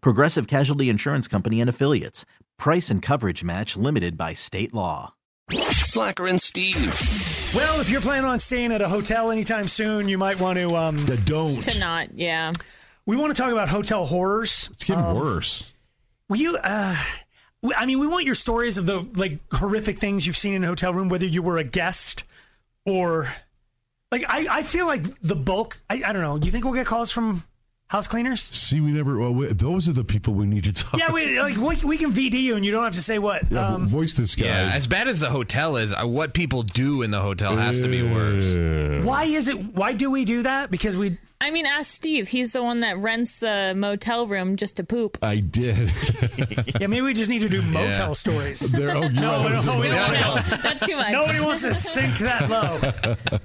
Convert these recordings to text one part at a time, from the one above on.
Progressive Casualty Insurance Company and Affiliates. Price and coverage match limited by state law. Slacker and Steve. Well, if you're planning on staying at a hotel anytime soon, you might want to. Um, don't. to not. Yeah. we want to talk about hotel horrors. Um, It's getting worse. Will you? Uh, we- I mean, we want your stories of the like horrific things you've seen in a hotel room, whether you were a guest or like I. I feel like the bulk. I, I don't know. Do you think we'll get calls from house cleaners? See, we never. Well, we, those are the people we need to talk. Yeah, we like we, we can VD you, and you don't have to say what. Yeah, Um, voice this guy. Yeah, as bad as the hotel is, uh, what people do in the hotel has to be worse. why is it? Why do we do that? Because we. I mean, ask Steve. He's the one that rents the motel room just to poop. I did. Yeah, maybe we just need to do motel stories. There- oh, you No, are- no, no, we don't. That's too much. Nobody wants to sink that low.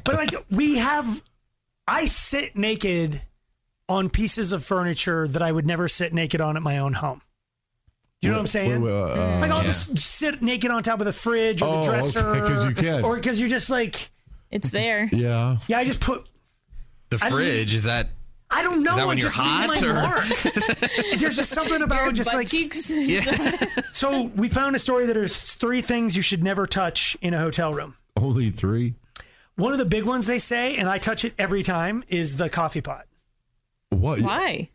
But like we have, I sit naked on pieces of furniture that I would never sit naked on at my own home. Do you know what I'm saying? Wait, wait, uh, like I'll just sit naked on top of the fridge or Oh, the okay, dresser, 'cause you can. or because you're just like, It's there. yeah. yeah, I just put. The I mean- fridge is that I don't know. that I when you're just leave hot, my or- mark. There's just something about Your just butt like cheeks. Uh. so. We found a story that there's three things you should never touch in a hotel room. Only three. One of the big ones they say, and I touch it every time, is the coffee pot. What? Why?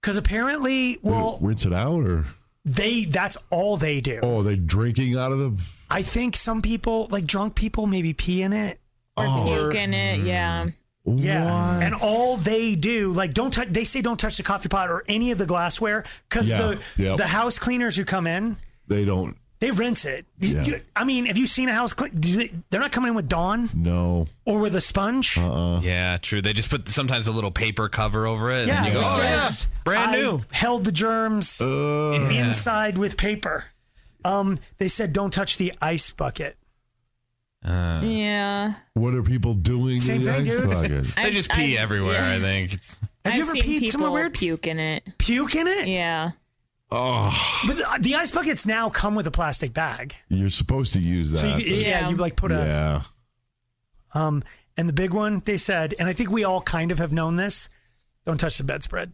Because apparently, They well, rinse it out, or they that's all they do. oh, they drinking out of the. I think some people, like drunk people, maybe pee in it. Or puke in it. Yeah. Yeah. Oh. What? And all they do, like don't touch they say don't touch the coffee pot or any of the glassware because Yeah, the yep. the house cleaners who come in, they don't. they rinse it. You- Yeah. you- I mean, have you seen a house clean do they, they're not coming in with Dawn No. Uh-uh. or with a sponge? Uh. yeah, true. They just put sometimes a little paper cover over it. yeah, and then you go, it oh, yeah, says, brand "I new. Held the germs Uh, inside with paper. Um, they said don't touch the ice bucket. Uh. yeah. what are people doing Same in the thing, ice dude. bucket? They just pee everywhere. I think it's I've Have you ever seen peed people somewhere weird? puke in it. Puke in it? Yeah. Oh, But the, the ice buckets now come with a plastic bag. you're supposed to use that. So you, yeah. Yeah. you like put a yeah. um and the big one they said, and I think we all kind of have known this. Don't touch the bedspread.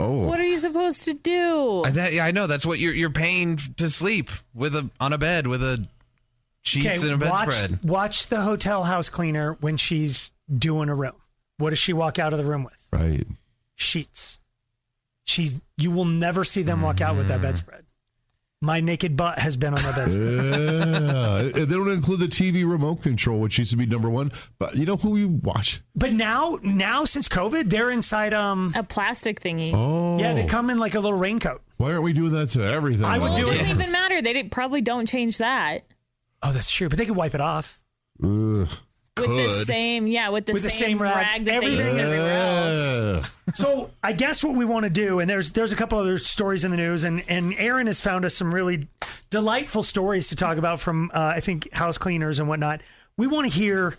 Oh. What are you supposed to do? I, that, yeah, I know. That's what you're you're paying f- to sleep with a on a bed with a sheets and a watch bedspread. watch the hotel house cleaner when she's doing a room. What does she walk out of the room with? right. Sheets. She's you will never see them walk out with Mm-hmm. that bedspread. My naked butt has been on that bedspread. yeah. And They don't include the TV remote control, which used to be number one. But you know who we watch? but now now since COVID, they're inside um a plastic thingy. Oh, yeah, they come in like a little raincoat. Why aren't we doing that to everything? I would well, do it it. doesn't even matter. They didn't, probably don't change that Oh, that's true, but they could wipe it off. Ugh. with the Could. same. Yeah, with the, With the same, same that rag. they Everything use is- everywhere else. Ugh. So I guess what we want to do, and there's there's a couple other stories in the news, and and Aaron has found us some really delightful stories to talk about from uh, I think house cleaners and whatnot. We want to hear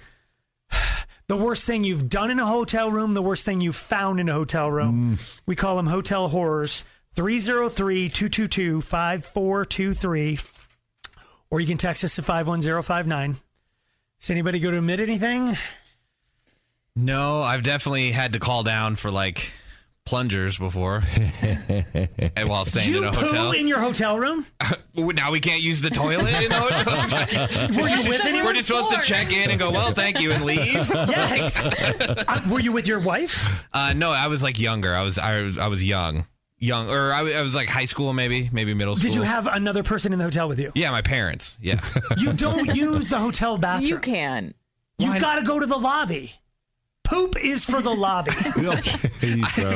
the worst thing you've done in a hotel room, the worst thing you've found in a hotel room. We call them hotel horrors. 303-222-5423 or you can text us at 51059. Does anybody go to admit anything? No, I've definitely had to call down for like plungers before, and while staying in you a poo hotel. in your hotel room? now we can't use the toilet in the hotel. Were you with anyone? We're just supposed to check in and go, well, thank you, and leave. Yes. Uh, were you with your wife? Uh, no, I was like younger. I was I was I was young. young, or I, w- I was like high school, maybe, maybe middle school. Did you have another person in the hotel with you? Yeah, my parents. Yeah. You don't use the hotel bathroom. You can. You got to go to the lobby. Poop is for the lobby. Okay, bro.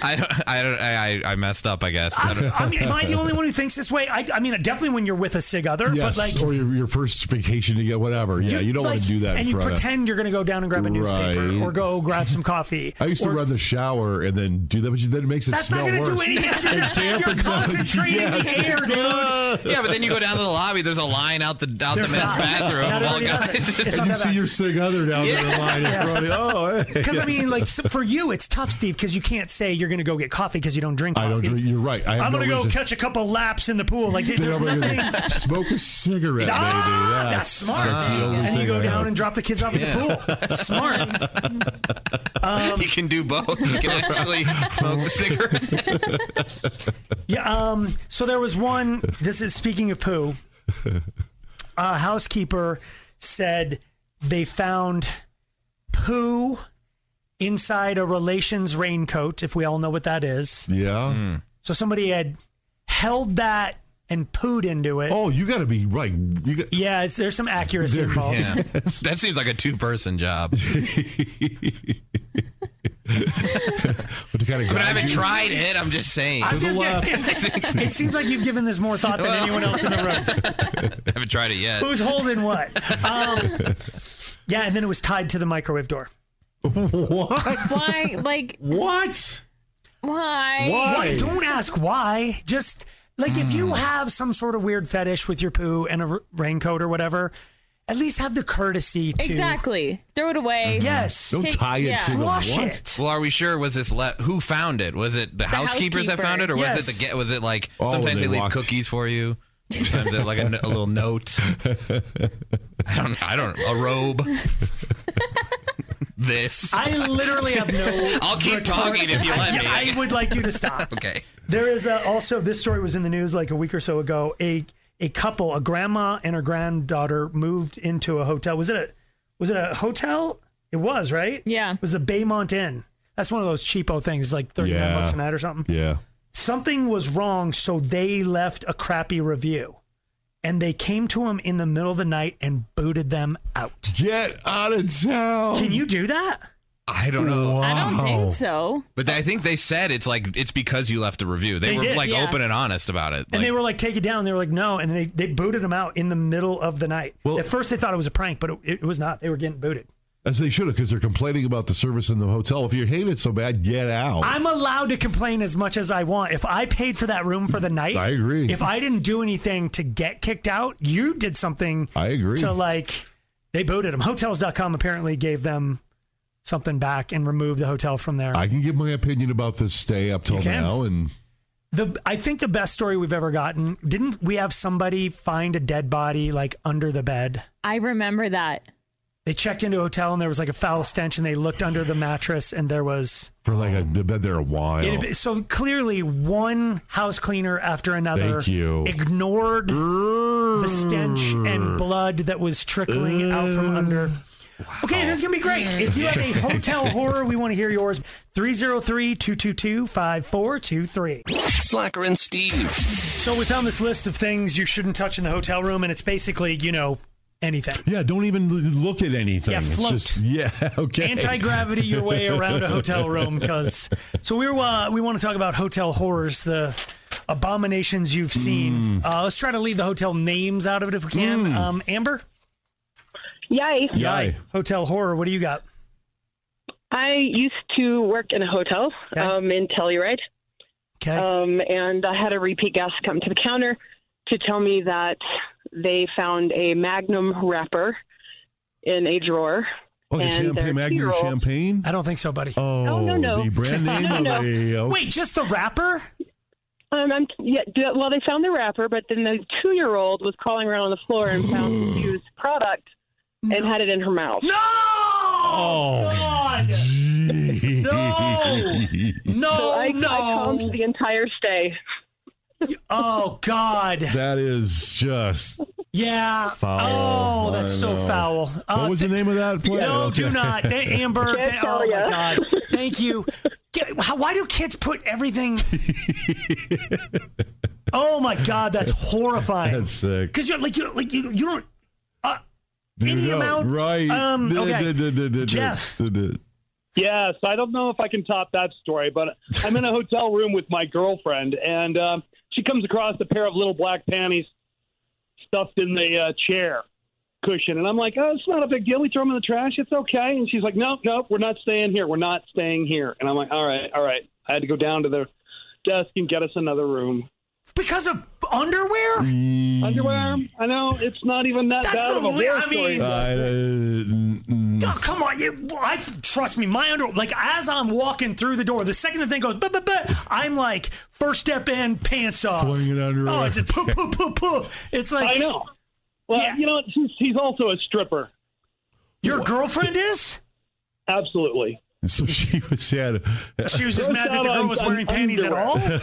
I don't, I don't, I, I- I messed up, I guess. I don't, I, I mean, am I the only one who thinks this way? I, I mean, definitely when you're with a sig other, Yes, but Oh, like, or your, your first vacation to get whatever. Yeah, you, don't want like- to do that. in And you front of- pretend you're going to go down and grab a newspaper Right. or go grab some coffee. I used or- to run the shower and then do that, but then it makes it That's not smell going to worse. do anything. It's It just- You're dampens out- concentrating Yes. the air, dude. yeah, but then you go down to the lobby. There's a line out the out There's the men's not. bathroom. Not of all everybody does it. guys. It's And not you that see bad. your sig other down there in line in front of you. Oh, hey. Because I mean, like so for you, it's tough, Steve, because you can't say you're going to go get coffee because you don't drink I coffee. don't drink. You're right. I have I'm no going to go reason. catch a couple laps in the pool. Like Then there's everybody nothing. goes, Smoke a cigarette, Ah, baby. that's smart. That's the only and thing you I go down have. and drop the kids off at the pool. Smart. Um, you can do both. You can actually smoke the cigarette. Yeah. Um. So there was one. This is speaking of poo. A housekeeper said they found poo inside a relations raincoat. If we all know what that is. Yeah. So somebody had held that and pooed into it. Oh, you got to be right. You got. Yeah. It's, there's some accuracy There- involved. Yeah. That seems like a two person job. But kind of But I haven't tried it. I'm just saying. I I'm just uh, getting, it seems like you've given this more thought than Well. anyone else in the room. haven't tried it yet. Who's holding what? Um, yeah, and then it was tied to the microwave door. What? Why? Like What? why? Why? Don't ask why. Just like if Hmm. you have some sort of weird fetish with your poo and a r- raincoat or whatever, at least have the courtesy to Exactly. Throw it Mm-hmm. away. yes, Don't Take- tie it yeah. to the flush what? it. Well, are we sure? Was this le- who found it? Was it the, housekeepers that housekeeper. found it, or was Yes. it the ge- was it like Oh, when sometimes they they, leave walked. cookies for you, sometimes they like a, n- a little note. I don't. I don't. A robe. this. I, I literally have no. will keep retort- talking if you let me. I would like you to stop. okay. There is uh also this story was in the news like a week or so ago. A a couple, a grandma and her granddaughter, moved into a hotel. Was it a was it a hotel? It was right. Yeah. It was a Baymont Inn. That's one of those cheapo things, like thirty nine Yeah. bucks a night or something. Yeah. Something was wrong, so they left a crappy review, and they came to him in the middle of the night and booted them out. Get out of town. Can you do that? I don't know. I don't Wow. think so. But I think they said it's like it's because you left a review. They, They were did, like yeah. open and honest about it. And Like, they were like, take it down. They were like, no. And they, they booted him out in the middle of the night. Well- At first, they thought it was a prank, but it, it was not. They were getting booted. As they should have, because they're complaining about the service in the hotel. If you hate it so bad, get out. I'm allowed to complain as much as I want. If I paid for that room for the night, I agree. If I didn't do anything to get kicked out, you did something I agree. to like, they booted him. Hotels.com apparently gave them something back and removed the hotel from there. I can give my opinion about this stay up till You can. now, and the I think the best story we've ever gotten didn't we have somebody find a dead body like under the bed? I remember that. they checked into a hotel and there was like a foul stench and they looked under the mattress and there was for like a, they've been there a while. it had been- so clearly one house cleaner after another Thank you. ignored the stench and blood that was trickling out from under Okay, this is going to be great. If you have a hotel horror, we want to hear yours. 303 222 5423. Slacker and Steve. So, we found this list of things you shouldn't touch in the hotel room, and it's basically, you know, anything. yeah, don't even l- look at anything. Yeah, It's float. just- yeah, okay. anti gravity your way around a hotel room because so we were uh, we want to talk about hotel horrors the abominations you've Mm. seen uh, let's try to leave the hotel names out of it if we can um, amber Yikes. Yay. hotel horror what do you got I used to work in a hotel Okay. um, in Telluride, okay um, and I had a repeat guest come to the counter to tell me that they found a Magnum wrapper in a drawer. Oh, the And champagne, their Magnum two-year-old- champagne. i don't think so buddy Oh, no, no. the brand name No, of no. a. oh. okay. wait just the wrapper Um, I'm, yeah, d- well, they found the wrapper, but then the two-year-old was crawling around on the floor and found the used product and had it in her mouth. no Oh. God! Gee. no no So I, no I calmed the entire stay. oh god That is just. yeah Foul. oh that's I so know. foul uh, what was the name of that play? No, Okay. do not. Thank Amber. Can't thank- oh tell my ya. God. Thank you. Get- how- Why do kids put everything? oh my god, that's horrifying. That's sick. Because you're like you like you you don't any No, amount. Right. Um, Duh, duh, okay. duh, duh, duh, Jeff. duh, duh. Yes, I don't know if I can top that story, but I'm in a hotel room with my girlfriend, and uh, she comes across a pair of little black panties stuffed in the uh, chair cushion, and I'm like, "Oh, it's not a big deal. We throw them in the trash. It's okay." And she's like, "Nope, nope, we're not staying here. We're not staying here." And I'm like, "All right, all right." I had to go down to the desk and get us another room. Because of underwear? Mm. Underwear. I know it's not even that That's bad of a the li- horror I mean- story, but- I, uh, mm, mm. Oh, come on, you, I trust me. My underwear. Like as I'm walking through the door, the second the thing goes, bah, bah, bah, I'm like first step in, pants off. Flinging it under Oh, her. it's a poo poo poo poo. It's like I know. Well, Yeah. you know, she's, she's also a stripper. your girlfriend is. Absolutely. So she was yeah. She was just Gross mad that out the girl on- was on wearing panties at underwear.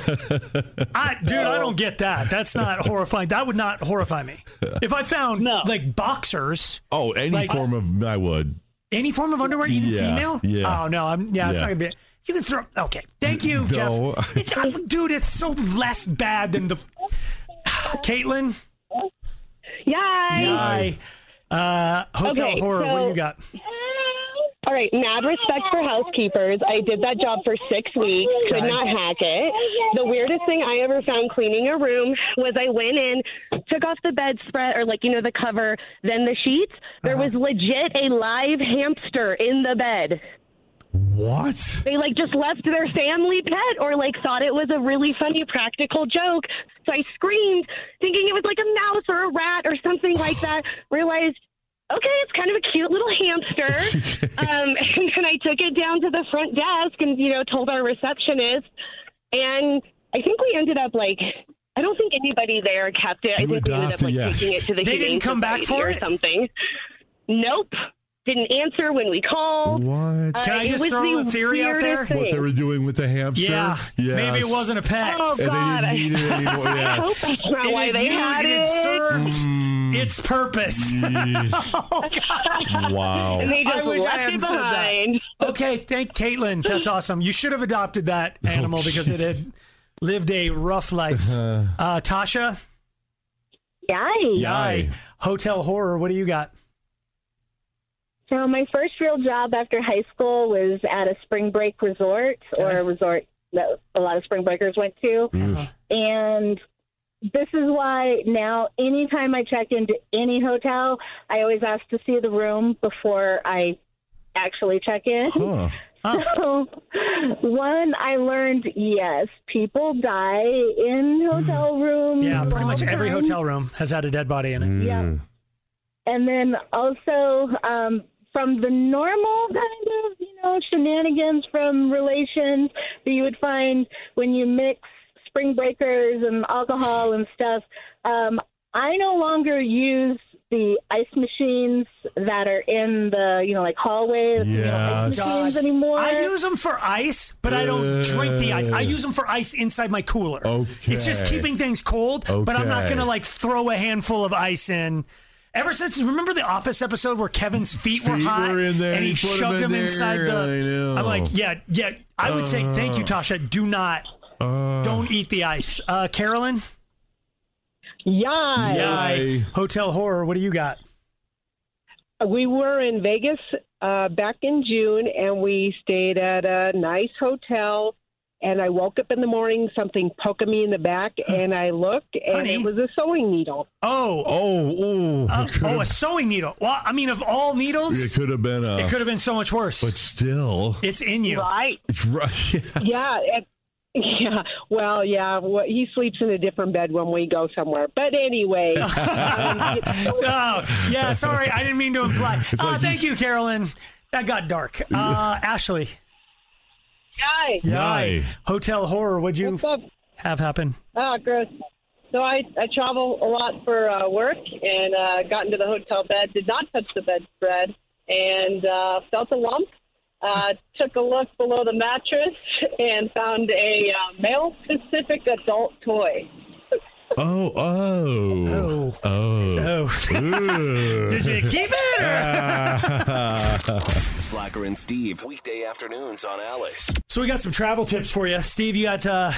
all. I, dude, I don't get that. That's not horrifying. That would not horrify me. If I found No. like boxers, Oh, any Like- form of I would. any form of underwear, even Yeah, female. yeah. Oh no, I'm yeah, it's Yeah. not gonna be. You can throw. Okay, thank you, No. Jeff. It's, uh, dude, it's so less bad than the. Caitlin, Yay! hi. Uh, hotel Okay, horror. what do so- you got? All right, mad respect for housekeepers. I did that job for six weeks, could Okay. not hack it. The weirdest thing I ever found cleaning a room was I went in, took off the bedspread or like, you know, the cover, then the sheets. There was legit a live hamster in the bed. What? They like just left their family pet or like thought it was a really funny practical joke. So I screamed, thinking it was like a mouse or a rat or something like that. Realized, okay, it's kind of a cute little hamster. um, and then I took it down to the front desk and, you know, told our receptionist. And I think we ended up like, I don't think anybody there kept it. I You think we ended up adopted- like yeah. taking it to the They didn't Humane come back Society for or it? something. Nope, didn't answer when we called. What? Uh, Can I it just was throw the a theory out there? weirdest What they thing. were doing with the hamster? Yeah, maybe it Yes. wasn't a pet. Oh And God! they didn't need it anymore. I hope Yes. Mm. that's not it why had they you- had it it. had served its purpose. Oh, And wow. they just I wish I left hadn't it said that. behind. Okay, thank Caitlin. That's awesome. You should have adopted that animal because it had lived a rough life. Uh, Tasha, Yikes. yay. Hotel horror. What do you got? So my first real job after high school was at a spring break resort or Okay. a resort that a lot of spring breakers went to. And this is why now anytime I check into any hotel, I always ask to see the room before I actually check in. Huh. So, one, I learned yes, people die in Mm. hotel rooms. Yeah, pretty all much the every time. hotel room has had a dead body in it. um, Yeah. And then also um, from the normal kind of, you know, shenanigans from relations that you would find when you mix spring breakers and alcohol and stuff, um, I no longer use the ice machines that are in the, you know, like hallways, you know, ice Yes. machines anymore. I use them for ice, but I don't drink the ice. I use them for ice inside my cooler. Okay. It's just keeping things cold, but I'm not Okay. going to like throw a handful of ice in. Ever since, remember the Office episode where Kevin's feet, were Feet hot were in there, and and he, he put 'em shoved in them there, inside I the. know. I'm like, yeah, yeah. I would say, thank you, Tasha. Do not, Uh, don't eat the ice. Uh, Carolyn, yeah. Yay. hotel horror. What do you got? We were in Vegas uh, back in June, and we stayed at a nice hotel. And I woke up in the morning, something poking me in the back, and I looked, and Honey. it was a sewing needle. Oh, oh, oh, uh, it could oh, a have- sewing needle. Well, I mean, of all it needles, could have been a. it could have been so much worse. but still, It's in you. Right? right? Yes. Yeah. And, yeah. Well, yeah. Well, he sleeps in a different bed when we go somewhere. But anyway, um, oh, yeah. Sorry, I didn't mean to imply. Oh, thank you, Carolyn. That got dark. Uh, Ashley, guys, Yay. hotel horror. Would you what's up? have happen? Oh, gross. So I, I travel a lot for uh, work and uh, got into the hotel bed, did not touch the bedspread, and uh, felt a lump. Uh, took a look below the mattress and found a uh, male specific adult toy. Oh, uh. oh, Oh, oh. oh. Ooh. Did you keep it? Or? Ah. Slacker and Steve, weekday afternoons on Alice. So we got some travel tips for you, Steve. You got uh,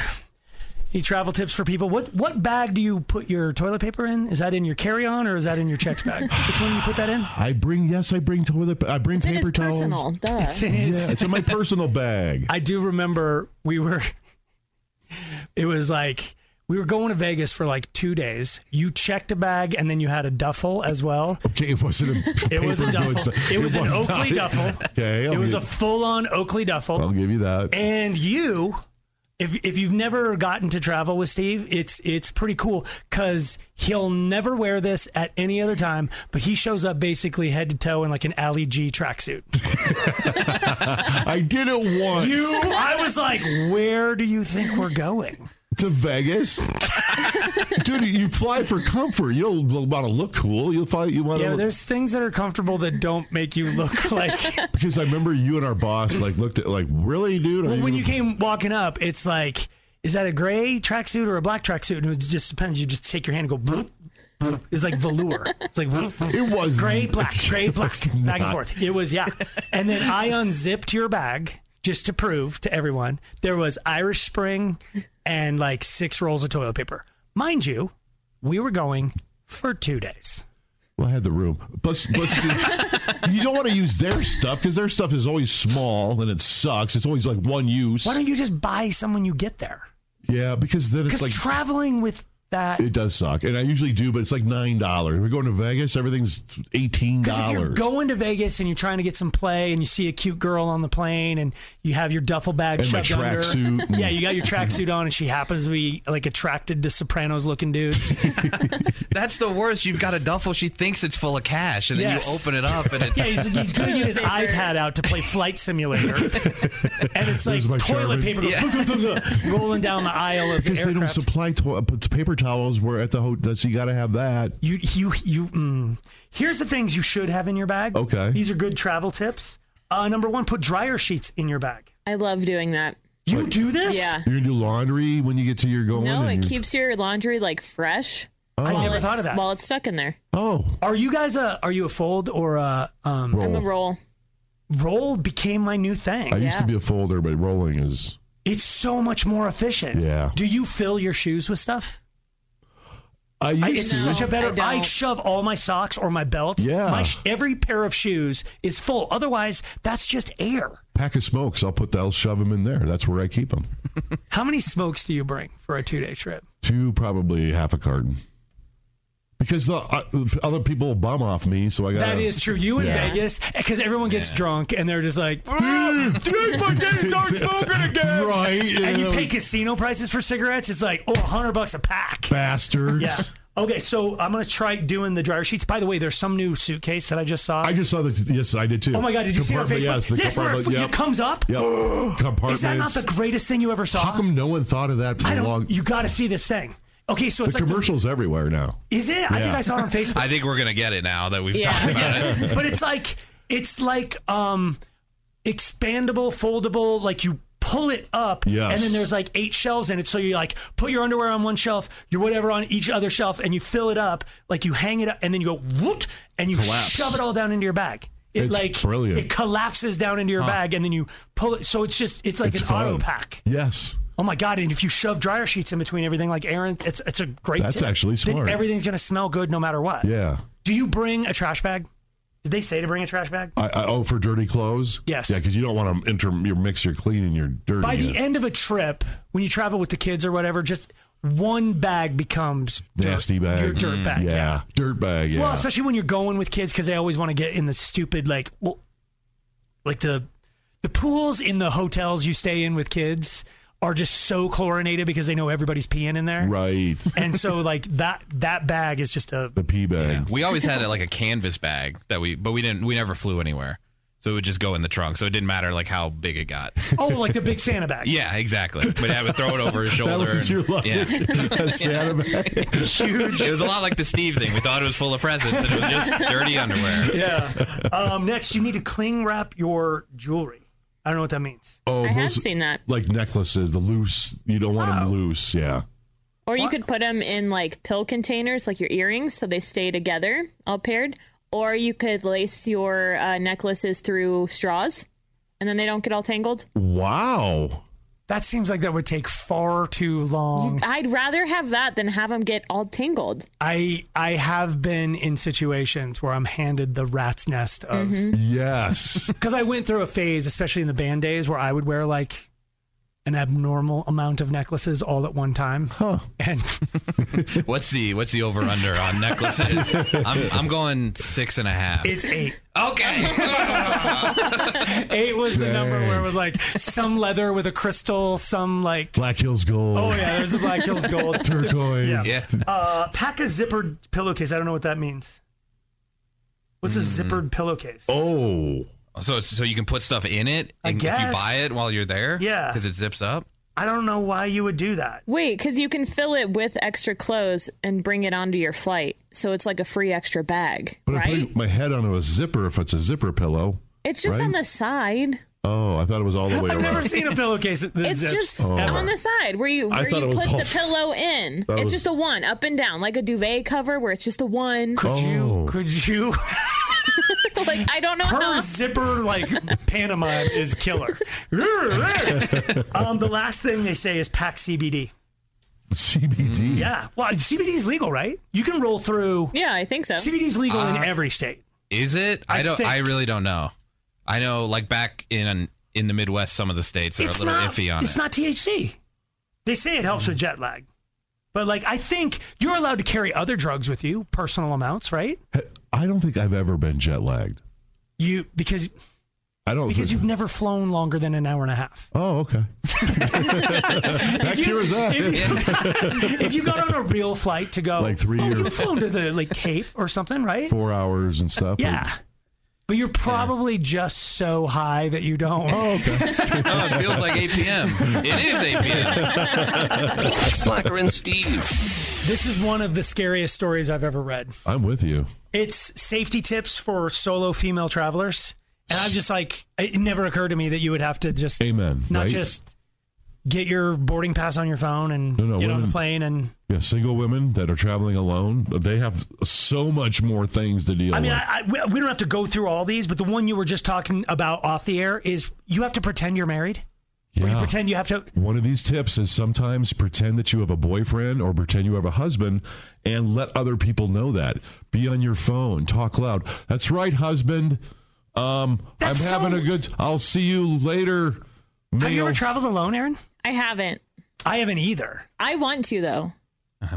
any travel tips for people? What what bag do you put your toilet paper in? Is that in your carry on or is that in your checked bag? Which one do you put that in? I bring yes, I bring toilet. pa- I bring in paper his towels. personal, duh. It's in Yeah, his- it's in my personal bag. I do remember we were. It was like we were going to Vegas for like two days. You checked a bag and then you had a duffel as well. Okay, it wasn't. A It was a paper duffel. goods- It was an not- Oakley duffel. Okay, I'll It was a give, full-on Oakley duffel. I'll give you that. And you, if if you've never gotten to travel with Steve, it's it's pretty cool because he'll never wear this at any other time. But he shows up basically head to toe in like an Ali G tracksuit. I did it once. You, I was like, where do you think we're going? to Vegas, dude. You fly for comfort. You don't want to look cool. You fly. You want Yeah, to. there's things that are comfortable that don't make you look like. Because I remember you and our boss like looked at like really, dude. Are Well, when you came walking up, it's like, is that a gray tracksuit or a black tracksuit? And it just depends. You just take your hand and go. Bloop, bloop. It's like velour. It's like bloop, bloop. It was gray, black, gray, black, back and not. forth. It was yeah. And then I unzipped your bag just to prove to everyone there was Irish Spring and like six rolls of toilet paper. Mind you, we were going for two days. Well, I had the room, but, but you don't want to use their stuff because their stuff is always small and it sucks. It's always like one use. Why don't you just buy some when you get there? Yeah, because then it's Because like traveling with that it does suck, and I usually do, but it's like nine dollars. We're going to Vegas. Everything's eighteen Because if you're dollars. going to Vegas and you're trying to get some play and you see a cute girl on the plane and you have your duffel bag And my shoved under, tracksuit and- yeah, you got your tracksuit on and she happens to be like attracted to Sopranos looking dudes. That's the worst. You've got a duffel. She thinks it's full of cash, and then Yes. you open it up, and it's yeah, he's, he's gonna get his iPad out to play Flight Simulator, and it's like There's my Charmin. toilet paper goes, rolling down the aisle of Because the they don't aircraft. supply to- paper towels. We're at the hotel, so you got to have that. you you you. Mm. Here's the things you should have in your bag. Okay. these are good travel tips. Uh, number one, put dryer sheets in your bag. I love doing that. You do this? Yeah. You're gonna do laundry when you get to your going. No, and it you- keeps your laundry like fresh. Oh. I while never thought of it's- that. While it's stuck in there. Oh, Are you guys a are you a fold or a um I'm a roll. roll became my new thing. I used to yeah. be a folder, but rolling is it's so much more efficient. Yeah. Do you fill your shoes with stuff? I I, used it's to. such a better. I I, don't. shove all my socks or my belt. Yeah. My sh- every pair of shoes is full. Otherwise, that's just air. pack of smokes. I'll put that. I'll shove them in there. That's where I keep them. How many smokes do you bring for a two day trip? Two, probably half a carton. Because the uh, other people bum off me, so I got That is true. You in Yeah. Vegas, because everyone gets drunk and they're just like, right. and you yeah, pay casino prices for cigarettes. It's like, oh, a hundred bucks a pack. bastards. Yeah. Okay, so I'm gonna try doing the dryer sheets. By the way, there's some new suitcase that I just saw. I just saw that. Yes, I did too. oh my god, did you see our Compartment, Yes, the Facebook? yes, where it, compartment. Yep. it comes up. yep. Compartments. Is that not the greatest thing you ever saw? How come no one thought of that for I a don't. long? You got to see this thing. Okay, so the it's like commercials everywhere now. The, is it? I think Yeah. I saw it on Facebook. I think we're gonna get it now that we've Yeah. talked about it. but it's like it's like um expandable, foldable. Like you pull it up, Yes. and then there's like eight shelves in it. So you like put your underwear on one shelf, your whatever on each other shelf, and you fill it up. Like you hang it up, and then you go whoop, and you Collapse. shove it all down into your bag. It It's like brilliant. it collapses down into your bag, and then you pull it. So it's just it's like It's an fun. auto pack. Yes. Oh my god! And if you shove dryer sheets in between everything, like Aaron, it's it's a great. That's tip. actually Then smart. everything's gonna smell good no matter what. Yeah. Do you bring a trash bag? Did they say to bring a trash bag? I, I, oh, for dirty clothes. Yes. Yeah, because you don't want to inter your mix your clean and your dirty. uh, By in. the end of a trip, when you travel with the kids or whatever, just one bag becomes dirt- nasty bag. Mm, Your dirt bag. Yeah. Yeah. Dirt bag. Yeah. Well, especially when you're going with kids because they always want to get in the stupid like, well, like the the pools in the hotels you stay in with kids are just so chlorinated because they know everybody's peeing in there. right. And so like that that bag is just a The pee bag. We always had like a canvas bag that we, but we didn't. We never flew anywhere, so it would just go in the trunk. So it didn't matter like how big it got. oh like the big Santa bag. Yeah, exactly. But I would throw it over his That shoulder. was your and- luck. yeah. A Santa bag. Huge. It was a lot like the Steve thing. We thought it was full of presents, and it was just dirty underwear. Yeah. Um, next, you need to cling wrap your jewelry. I don't know what that means. Oh, I have those- seen that. Like necklaces, the loose. You don't want Oh. them loose. Yeah. Or you What? could put them in like pill containers, like your earrings, so they stay together, all paired. or you could lace your uh, necklaces through straws, and then they don't get all tangled. Wow. That seems like that would take far too long. I'd rather have that than have them get all tangled. I I have been in situations where I'm handed the rat's nest of Mm-hmm. yes. Because I went through a phase, especially in the band days, where I would wear like an abnormal amount of necklaces all at one time. Huh. And What's the what's the over under on necklaces? I'm, I'm going six and a half. it's eight. okay. Eight was the number where it was like some leather with a crystal, some like Black Hills Gold. Oh yeah, there's the Black Hills Gold. Turquoise. Yeah. yeah. Uh, pack a zippered pillowcase. I don't know what that means. What's a zippered pillowcase? Oh. Hmm. So it's, so you can put stuff in it I and if guess. you buy it while you're there. Yeah. Because it zips up. I don't know why you would do that. Wait, because you can fill it with extra clothes and bring it onto your flight, so it's like a free extra bag, But I'm right? putting my head onto a zipper if it's a zipper pillow. It's just right? on the side. Oh, I thought it was all the way I've around. never seen a pillowcase that that It's zips. just Oh. on the side where you I where thought you it was put all- the pillow in. That It's was- just a one up and down, like a duvet cover where it's just a one. Could Oh. you? Could you? like I don't know. Her how- zipper like pantomime is killer. um, the last thing they say is pack CBD. CBD. Yeah, well, CBD is legal, right? You can roll through. Yeah, I think so. CBD is legal Uh, in every state. Is it? I, I don't. I think. really don't know. I know, like back in in the Midwest, some of the states are a it's little not, iffy on It's it. not THC. They say it helps with jet lag. But like I think you're allowed to carry other drugs with you, personal amounts, right? I don't think I've ever been jet lagged. You because I don't because think- you've never flown longer than an hour and a half. Oh, okay. that cures that. if you got on a real flight to go Like three oh, or- you've flown to the like Cape or something, right? Four hours and stuff. Yeah. But you're probably just so high that you don't. Oh, okay. oh, it feels like 8 p.m. It is 8 p.m. Slacker and Steve. This is one of the scariest stories I've ever read. I'm with you. It's safety tips for solo female travelers. And I'm just like, it never occurred to me that you would have to just Amen. not right? just get your boarding pass on your phone and No, no, get on women- the plane and Yeah, single women that are traveling alone, they have so much more things to deal I mean with. I, I, we- we don't have to go through all these but the one you were just talking about off the air is you have to pretend you're married or you Yeah. pretend you have to One of these tips is sometimes pretend that you have a boyfriend or pretend you have a husband and let other people know that. Be on your phone, talk loud. That's right, husband. Um, That's I'm having so- a good I'll see you later. have you male. ever traveled alone Aaron I haven't. I haven't either I want to though.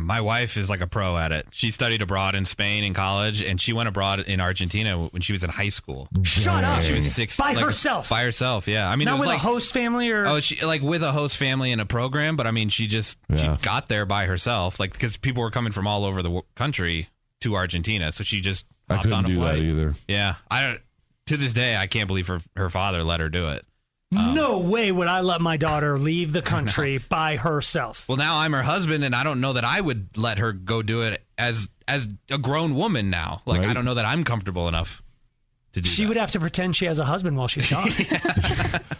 My wife is like a pro at it. She studied abroad in Spain in college, and she went abroad in Argentina when she was in high school. shut up She was six by like, herself By herself, yeah. I mean, it not was with like a host family or Oh, she like with a host family and a program, but I mean, she just Yeah. she got there by herself, like because people were coming from all over the w- country to Argentina, so she just I hopped on couldn't a do that flight. either. Yeah, I don't. To this day, I can't believe her her father let her do it. Oh. no way would I let my daughter leave the country by herself Well, now I'm her husband, and I don't know that I would let her go do it as as a grown woman now. Like Right. I don't know that I'm comfortable enough to do. she that. would have to pretend she has a husband while she's gone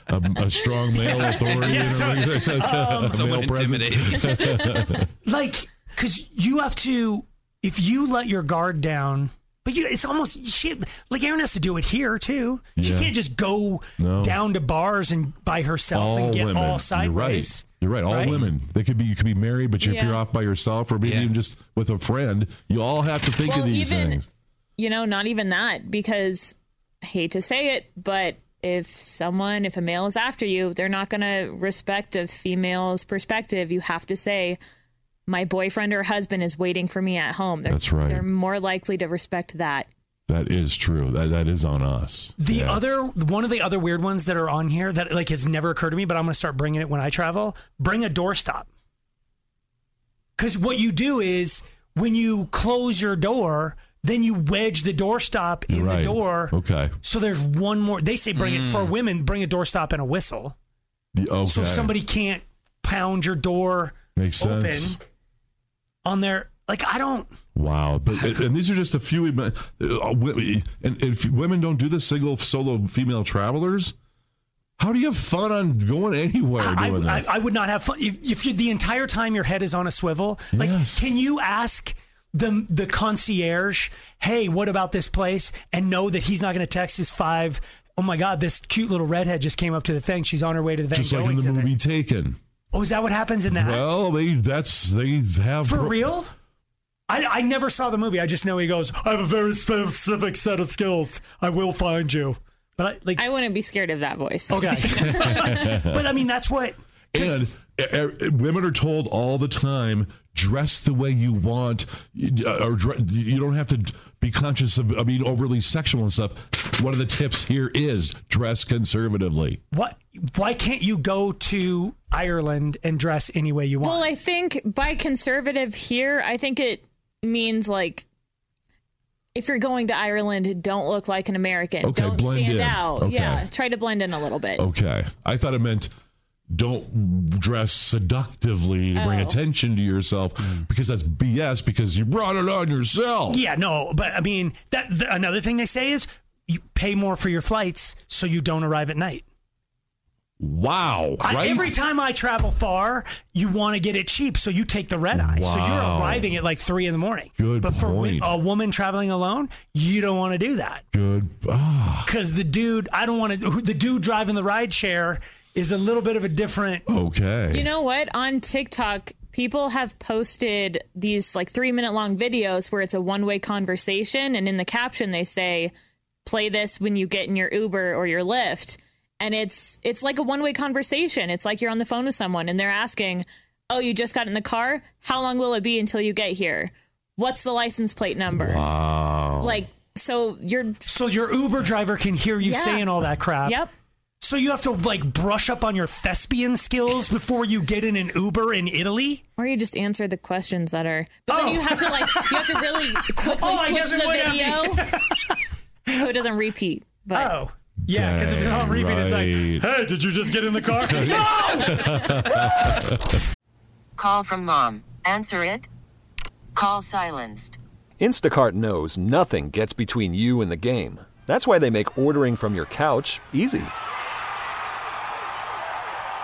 A, a strong male authority. Yeah, so- and everything. That's a Um, male someone presence. intimidated. me. like because you have to if you let your guard down but you, it's almost she like Aaron has to do it here too. She Yeah. can't just go No. down to bars and by herself and get all sideways. You're right. You're right. All right? women. They could be. You could be married, but if Yeah. you're off by yourself or maybe Yeah. even just with a friend, you all have to think Well, of these even- things. You know, not even that because I hate to say it, but if someone, if a male is after you, they're not going to respect a female's perspective. You have to say, "My boyfriend or husband is waiting for me at home." They're, That's right. They're more likely to respect that. That is true. That that is on us. The Yeah. other one of the other weird ones that are on here that like has never occurred to me, but I'm gonna start bringing it when I travel. Bring a doorstop. Because what you do is when you close your door, then you wedge the doorstop You're in right. the door. Okay. So there's one more. They say bring it for women. Bring a doorstop and a whistle. The, okay. So if somebody can't pound your door makes sense. open on their like, I don't. Wow. But and these are just a few. uh, wi- And if women don't do this, single solo female travelers. How do you have fun on going anywhere I, doing I, this? I would not have fun if, if you're the entire time your head is on a swivel. Like, Yes. can you ask the the concierge, hey, what about this place? And know that he's not going to text his five. Oh my God, this cute little redhead just came up to the thing. She's on her way to the Van Just Gogh like in the exhibit. movie Taken. Oh, is that what happens in that? Well, they that's they have For real? I, I never saw the movie. I just know he goes, I have a very specific set of skills. I will find you. But I, like, I wouldn't be scared of that voice. okay. but I mean, that's what. And e- e- women are told all the time, dress the way you want, y- or dre- you don't have to be conscious of, of being overly sexual and stuff. One of the tips here is dress conservatively. What? Why can't you go to Ireland and dress any way you want? Well, I think by conservative here, I think it means like if you're going to Ireland, don't look like an American. Okay, don't blend stand in. out. Okay. Yeah, try to blend in a little bit. Okay, I thought it meant don't dress seductively to bring Oh. attention to yourself Hmm. because that's BS. Because you brought it on yourself. yeah, no, but I mean, that the, another thing they say is you pay more for your flights so you don't arrive at night. Wow. I- right. every time I travel far, you want to get it cheap, so you take the red eye. So Wow. you're arriving at like three in the morning. Good but for wi- point. a woman traveling alone, you don't want to do that Good. ah. because the dude, I don't want to. The dude driving the ride share is a little bit of a different. okay. You know what? On TikTok, people have posted these like three minute long videos where it's a one way conversation. And in the caption, they say, play this when you get in your Uber or your Lyft. And it's it's like a one way conversation. It's like you're on the phone with someone and they're asking, "Oh, you just got in the car? How long will it be until you get here? What's the license plate number?" Oh, wow. Like so you're So your Uber driver can hear you Yeah. saying all that crap. Yep. So you have to like brush up on your thespian skills before you get in an Uber in Italy. Or you just answer the questions that are. But Oh. then you have to like you have to really quickly Oh, I switch guess it the would video so it doesn't repeat. But Oh. Yeah, because if you're Dang not reaping, it's like, right. hey, did you just get in the car? Call from mom. Answer it. Call silenced. Instacart knows nothing gets between you and the game. That's why they make ordering from your couch easy.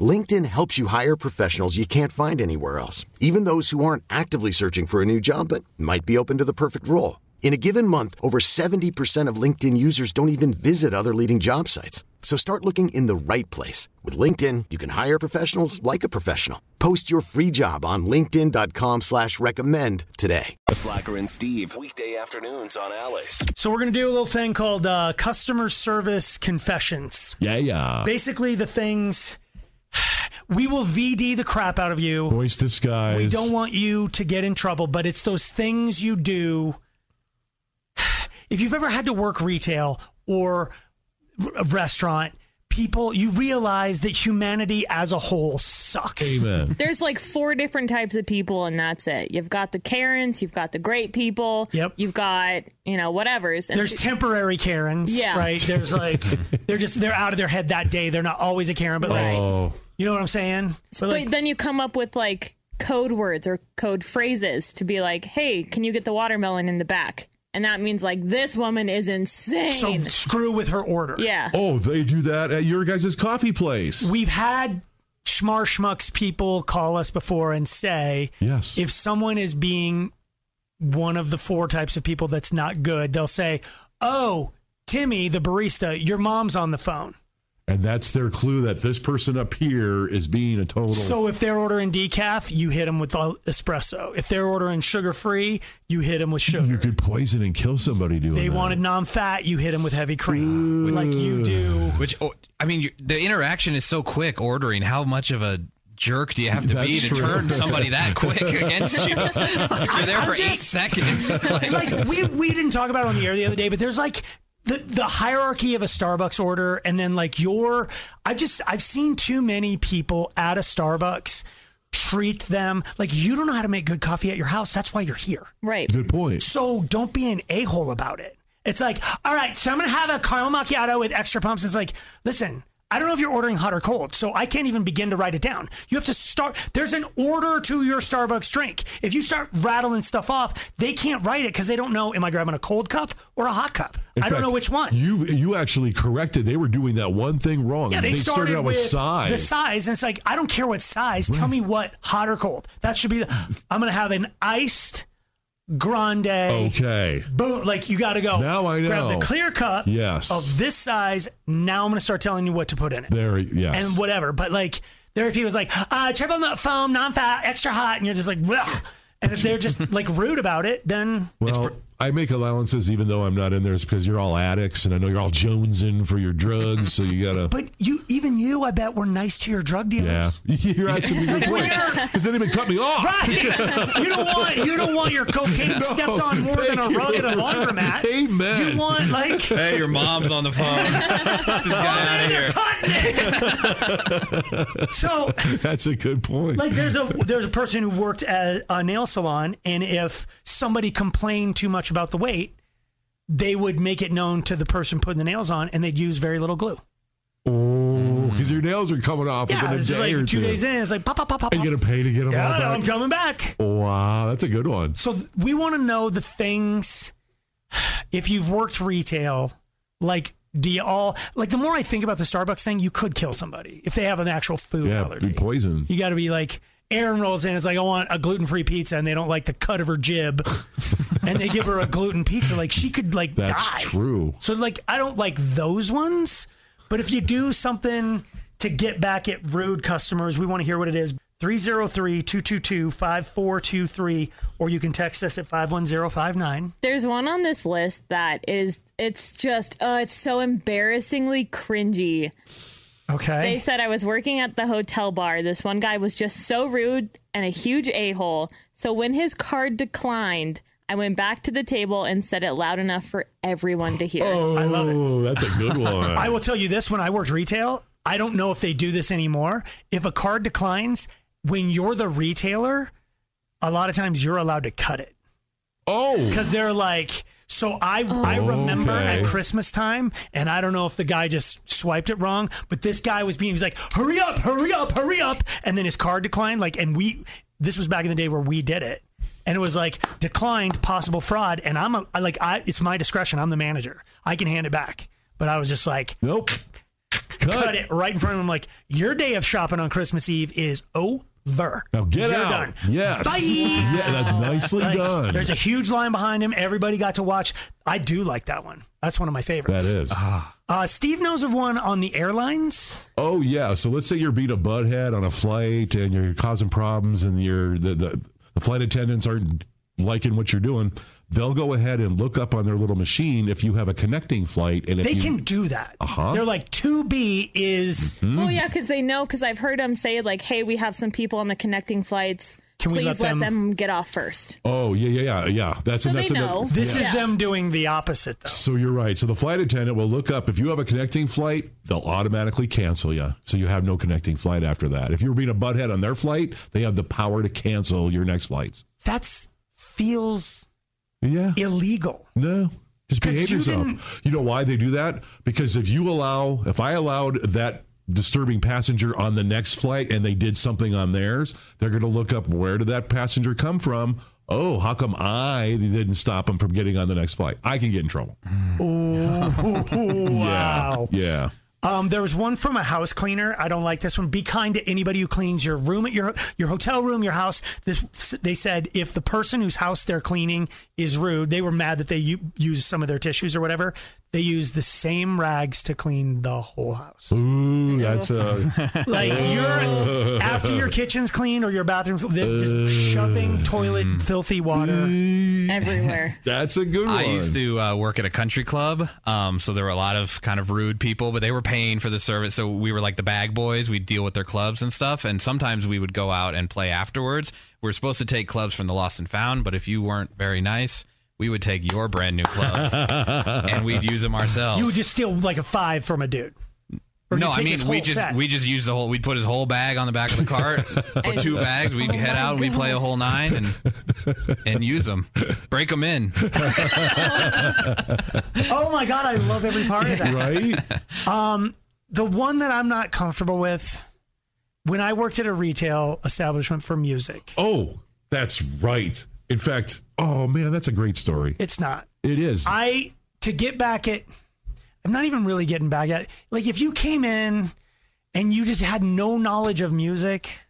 LinkedIn helps you hire professionals you can't find anywhere else, even those who aren't actively searching for a new job but might be open to the perfect role. In a given month, over 70% of LinkedIn users don't even visit other leading job sites. So start looking in the right place. With LinkedIn, you can hire professionals like a professional. Post your free job on linkedin.com/recommend slash recommend today. Slacker and Steve, weekday afternoons on Alice. So we're gonna do a little thing called uh, customer service confessions. Yeah, yeah. Basically, the things we will VD the crap out of you. Voice disguise. We don't want you to get in trouble, but it's those things you do. If you've ever had to work retail or a restaurant, people, you realize that humanity as a whole sucks. Amen. there's like four different types of people and that's it. You've got the Karens, you've got the great people, Yep. you've got, you know, whatever's. And There's temporary Karens, Yeah. right? There's like they're just they're out of their head that day. They're not always a Karen, but like Oh, you know what I'm saying? But but like, then you come up with like code words or code phrases to be like, "Hey, can you get the watermelon in the back?" And that means like this woman is insane. so screw with her order. yeah. oh, they do that at your guys' coffee place. We've had schmar schmucks people call us before and say yes. if someone is being one of the four types of people that's not good, they'll say, "Oh, Timmy, the barista, your mom's on the phone." And that's their clue that this person up here is being a total. So if they're ordering decaf, you hit them with all- espresso. If they're ordering sugar free, you hit them with sugar. you could poison and kill somebody doing they that. wanted non-fat, you hit them with heavy cream, like you do. Which oh, I mean, you, the interaction is so quick. Ordering, how much of a jerk do you have to be That's to true. turn somebody that quick against you? Like, you're there I'm for eight just- seconds. It's like we we didn't talk about it on the air the other day, but there's like the the hierarchy of a Starbucks order, and then like your I just I've seen too many people at a Starbucks treat them like you don't know how to make good coffee at your house. That's why you're here. Right. Good point. So don't be an a hole about it. It's like, all right, so I'm gonna have a caramel macchiato with extra pumps. It's like, listen. I don't know if you're ordering hot or cold, so I can't even begin to write it down. You have to start. There's an order to your Starbucks drink. If you start rattling stuff off, they can't write it because they don't know. Am I grabbing a cold cup or a hot cup? In I don't fact, know which one. You you actually corrected. They were doing that one thing wrong. Yeah, they, started, out with, size. the size, and it's like I don't care what size. Tell me what hot or cold. That should be. The, I'm gonna have an iced grande. Oh, Okay. boom like you gotta go Now I know. grab the clear cup Yes. of this size now i'm gonna start telling you what to put in it There. Yes. and whatever but like there are people like uh triple nut foam non-fat extra hot and you're just like Ugh. and if they're just like rude about it then Well, I make allowances even though I'm not in there. It's because you're all addicts, and I know you're all jonesing for your drugs, so you gotta. but you even you i bet were nice to your drug dealers yeah, you're actually a good point because they didn't even cut me off. Right. You don't want you don't want your cocaine No, stepped on more than a thank you. rug at a laundromat. Amen. You want like hey, your mom's on the phone. Get this guy out of here. so That's a good point. like there's a there's a person who worked at a nail salon and if somebody complained too much about the weight they would make it known to the person putting the nails on and they'd use very little glue because Oh, your nails are coming off yeah within a this day is like or two, two. days in it's like pop pop pop pop And you gotta pay to get them yeah, all I know, i'm back. coming back wow, that's a good one. so th- we want to know the things if you've worked retail like do you all like the more i think about the starbucks thing you could kill somebody if they have an actual food Yeah, allergy be poison. You got to be like, Aaron rolls in. It's like, I want a gluten free pizza, and they don't like the cut of her jib, and they give her a gluten pizza. Like she could like That's die. true. So like, I don't like those ones. But if you do something to get back at rude customers, we want to hear what it is. 303-222-5423 or you can text us at 51059. There's one on this list that is it's just oh it's so embarrassingly cringy. They Okay. said I was working at the hotel bar. This one guy was just so rude and a huge a hole. So when his card declined, I went back to the table and said it loud enough for everyone to hear. Oh, I love it. that's a good one. I will tell you this when I worked retail, I don't know if they do this anymore. If a card declines, when you're the retailer, a lot of times you're allowed to cut it oh, because they're like, so I I remember Okay. at Christmas time, and I don't know if the guy just swiped it wrong, but this guy was being he was like, hurry up, hurry up, hurry up, and then his card declined. Like, and we this was back in the day where we did it, and it was like declined, possible fraud, and I'm a, I- like I it's my discretion. I'm the manager, I can hand it back, but I was just like nope. Cut. cut it right in front of him. Like your day of shopping on Christmas Eve is over. Now get You're out. Done. Yes. Bye. Yeah, that's nicely Like, done. There's a huge line behind him. Everybody got to watch. I do like that one. That's one of my that favorites. is. Uh, Steve knows of one on the airlines. Oh yeah. So let's say you're being a butthead on a flight and you're causing problems and you're the, the, the flight attendants aren't liking what you're doing. They'll go ahead and look up on their little machine if you have a connecting flight and if They you, can do that. Uh-huh. Mm-hmm. They're like to be is. Oh yeah, because they know. Because I've heard them say like, "Hey, we have some people on the connecting flights. Can we Please let let, them- them... get off first. Oh yeah yeah yeah yeah. That's So that's they another- know. This is them doing the opposite though. So you're right. So the flight attendant will look up if you have a connecting flight, they'll automatically cancel you. So you have no connecting flight after that. If you're being a butthead on their flight, they have the power to cancel your next flights. That's feels Yeah. illegal. No. Just 'Cause behave you yourself. didn't- You know why they do that? Because if you allow, if I allowed that disturbing passenger on the next flight and they did something on theirs, they're going to look up where did that passenger come from? Oh, how come I didn't stop him from getting on the next flight? I can get in trouble. Ooh, wow. Yeah. Um, there was one from a house cleaner. I don't like this one. Be kind to anybody who cleans your room at your your hotel room, your house. This, they said if the person whose house they're cleaning is rude, they were mad that they u- used some of their tissues or whatever. They use the same rags to clean the whole house. Ooh, that's uh, a Like you're after your kitchen's cleaned or your bathroom's they're just Uh. shoving toilet filthy water everywhere. That's a good I used to uh, work at a country club, um, so there were a lot of kind of rude people, but they were paying for the service. So we were like the bag boys. We'd deal with their clubs and stuff, and sometimes we would go out and play afterwards. We were supposed to take clubs from the lost and found, but if you weren't very nice, we would take your brand new clubs and we'd use them ourselves. You would just steal like a five from a dude. Or no, you I take mean his we whole just set. we just used the whole. We'd put his whole bag on the back of the cart, put two bags. We'd Oh head my out and we play a gosh. whole nine and and use them, break them in. oh my god, I love every part of that. Right? Um, the one that I'm not comfortable with when I worked at a retail establishment for music, Oh, that's right. In fact, oh man, that's a great story. it's not. It is. I to get back at I'm not even really getting back at like if you came in and you just had no knowledge of music,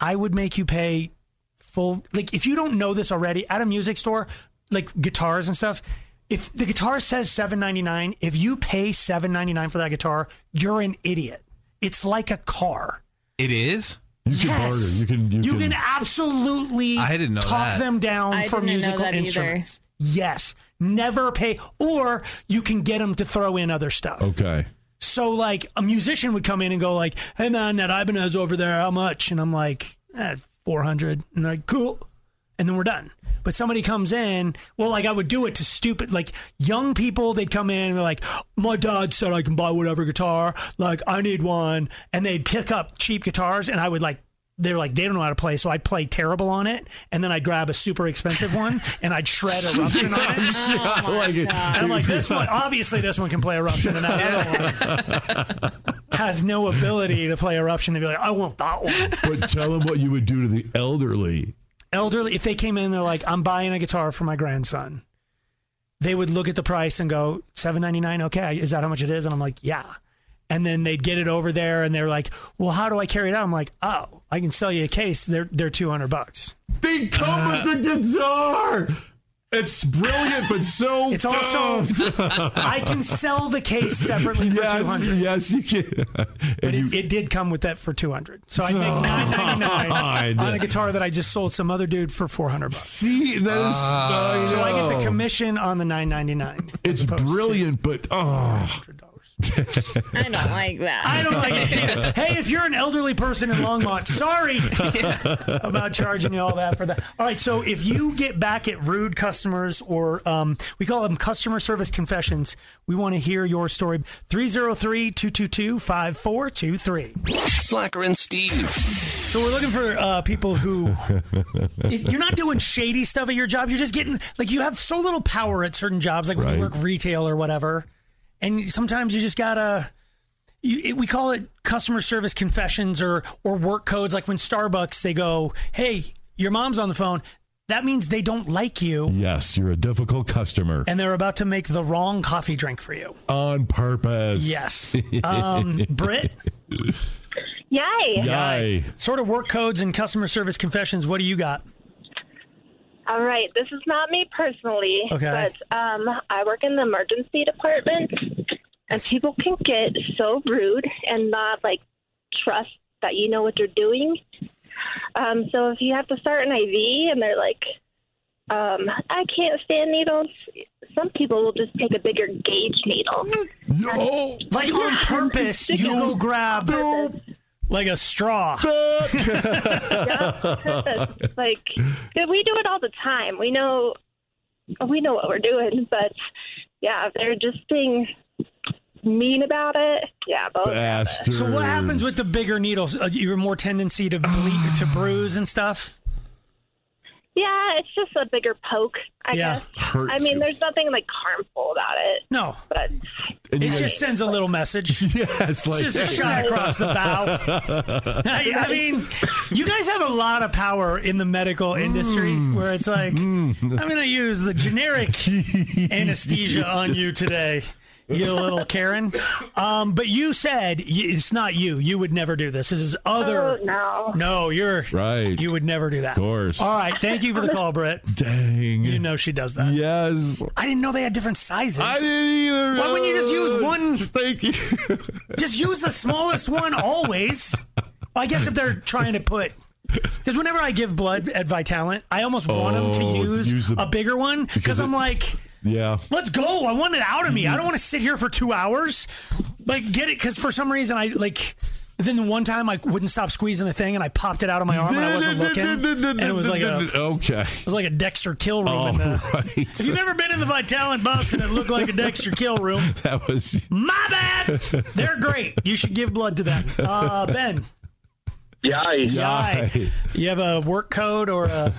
I would make you pay full like if you don't know this already at a music store, like guitars and stuff, if the guitar says 7.99, if you pay 7.99 for that guitar, you're an idiot. It's like a car. It is. You can Yes. barter. You can. You, You can absolutely I didn't know talk that. them down I for didn't know musical that either. instruments. Yes. Never pay or you can get them to throw in other stuff. Okay. So like a musician would come in and go like, "Hey man, that Ibanez over there, how much?" And I'm like, eh, 400. And they're like, "Cool." And then we're done. But somebody comes in, well, like I would do it to stupid, like young people, they'd come in and they're like, my dad said I can buy whatever guitar. Like, I need one. And they'd pick up cheap guitars and I would like, they were like, they don't know how to play. So I'd play terrible on it. And then I'd grab a super expensive one and I'd shred eruption on it. I like it. And I'm like, this one, obviously, this one can play Eruption, and that other one has no ability to play Eruption. They'd be like, I want that one. But tell them what you would do to the elderly. Elderly, if they came in, they're like, I'm buying a guitar for my grandson. They would look at the price and go, seven ninety nine. Okay, is that how much it is? And I'm like, yeah. And then they'd get it over there, and they're like, well, how do I carry it out? I'm like, oh, I can sell you a case. They're they're two hundred bucks. They come Uh, with the guitar. It's brilliant, but so It's also I can sell the case separately for two yes, hundred. yes, you can. But it, it did come with that for two hundred. So I make nine ninety nine God. on a guitar that I just sold some other dude for four hundred bucks. See, that is. I So I get know. the commission on the nine ninety nine. It's brilliant, but oh, I don't like that. I don't like it. either. Hey, if you're an elderly person in Longmont, sorry about charging you all that for that. All right, so if you get back at rude customers or um, we call them customer service confessions, we want to hear your story. 303-222-5423. Slacker and Steve. So we're looking for uh, people who if you're not doing shady stuff at your job. You're just getting like you have so little power at certain jobs, like when Right. you work retail or whatever. And sometimes you just gotta. You, it, we call it customer service confessions or or work codes. Like when Starbucks, they go, "Hey, your mom's on the phone." That means they don't like you, yes, you're a difficult customer and they're about to make the wrong coffee drink for you. on purpose. Yes. Um, Britt, Yay. Yay. sort of work codes and customer service confessions. What do you got? All right. This is not me personally, Okay. but um, I work in the emergency department, and people can get so rude and not like trust that you know what you're doing. Um, so if you have to start an IV and they're like, um, I can't stand needles, some people will just take a bigger gauge needle. No. Like on purpose, you go grab Purpose, like a straw. purpose. like we do it all the time. We know we know what we're doing, but yeah, if they're just being mean about it. Yeah, both. Bastards. So what happens with the bigger needles? Uh, You're more tendency to bleed, to bruise and stuff. Yeah, it's just a bigger poke, I Yeah. guess. Hurts I you. mean, there's nothing like harmful about it, No, but And it you just sends a little message. Yes, It's like just a shot across the bow. I, I mean, you guys have a lot of power in the medical industry where it's Mm. like, I'm going to use the generic anesthesia on you today. you little Karen. Um, but you said y- it's not you. You would never do this. This is Uh, other. no. Oh, No, you're right. You would never do that. Of course. All right. Thank you for the call, Britt. Dang. You know she does that. Yes. I didn't know they had different sizes. I didn't either. Why wouldn't you just use one? Thank you. Just use the smallest one always. I guess if they're trying to put. Because whenever I give blood at Vitalant, I almost want 'em want them Oh, to use, use the- a bigger one because because I'm it- like, Yeah. let's go. I want it out of me. I don't want to sit here for two hours. Like, get it? Because for some reason, I like. Then the one time I wouldn't stop squeezing the thing, and I popped it out of my arm, and I wasn't looking, and it was like a it Okay. was like a Dexter kill room. All in the, right. If you've ever been in the Vitalant bus and it looked like a Dexter kill room, That was. my bad. They're great. You should give blood to them. Uh, ben, Yikes. Yai. Yai. you have a work code or a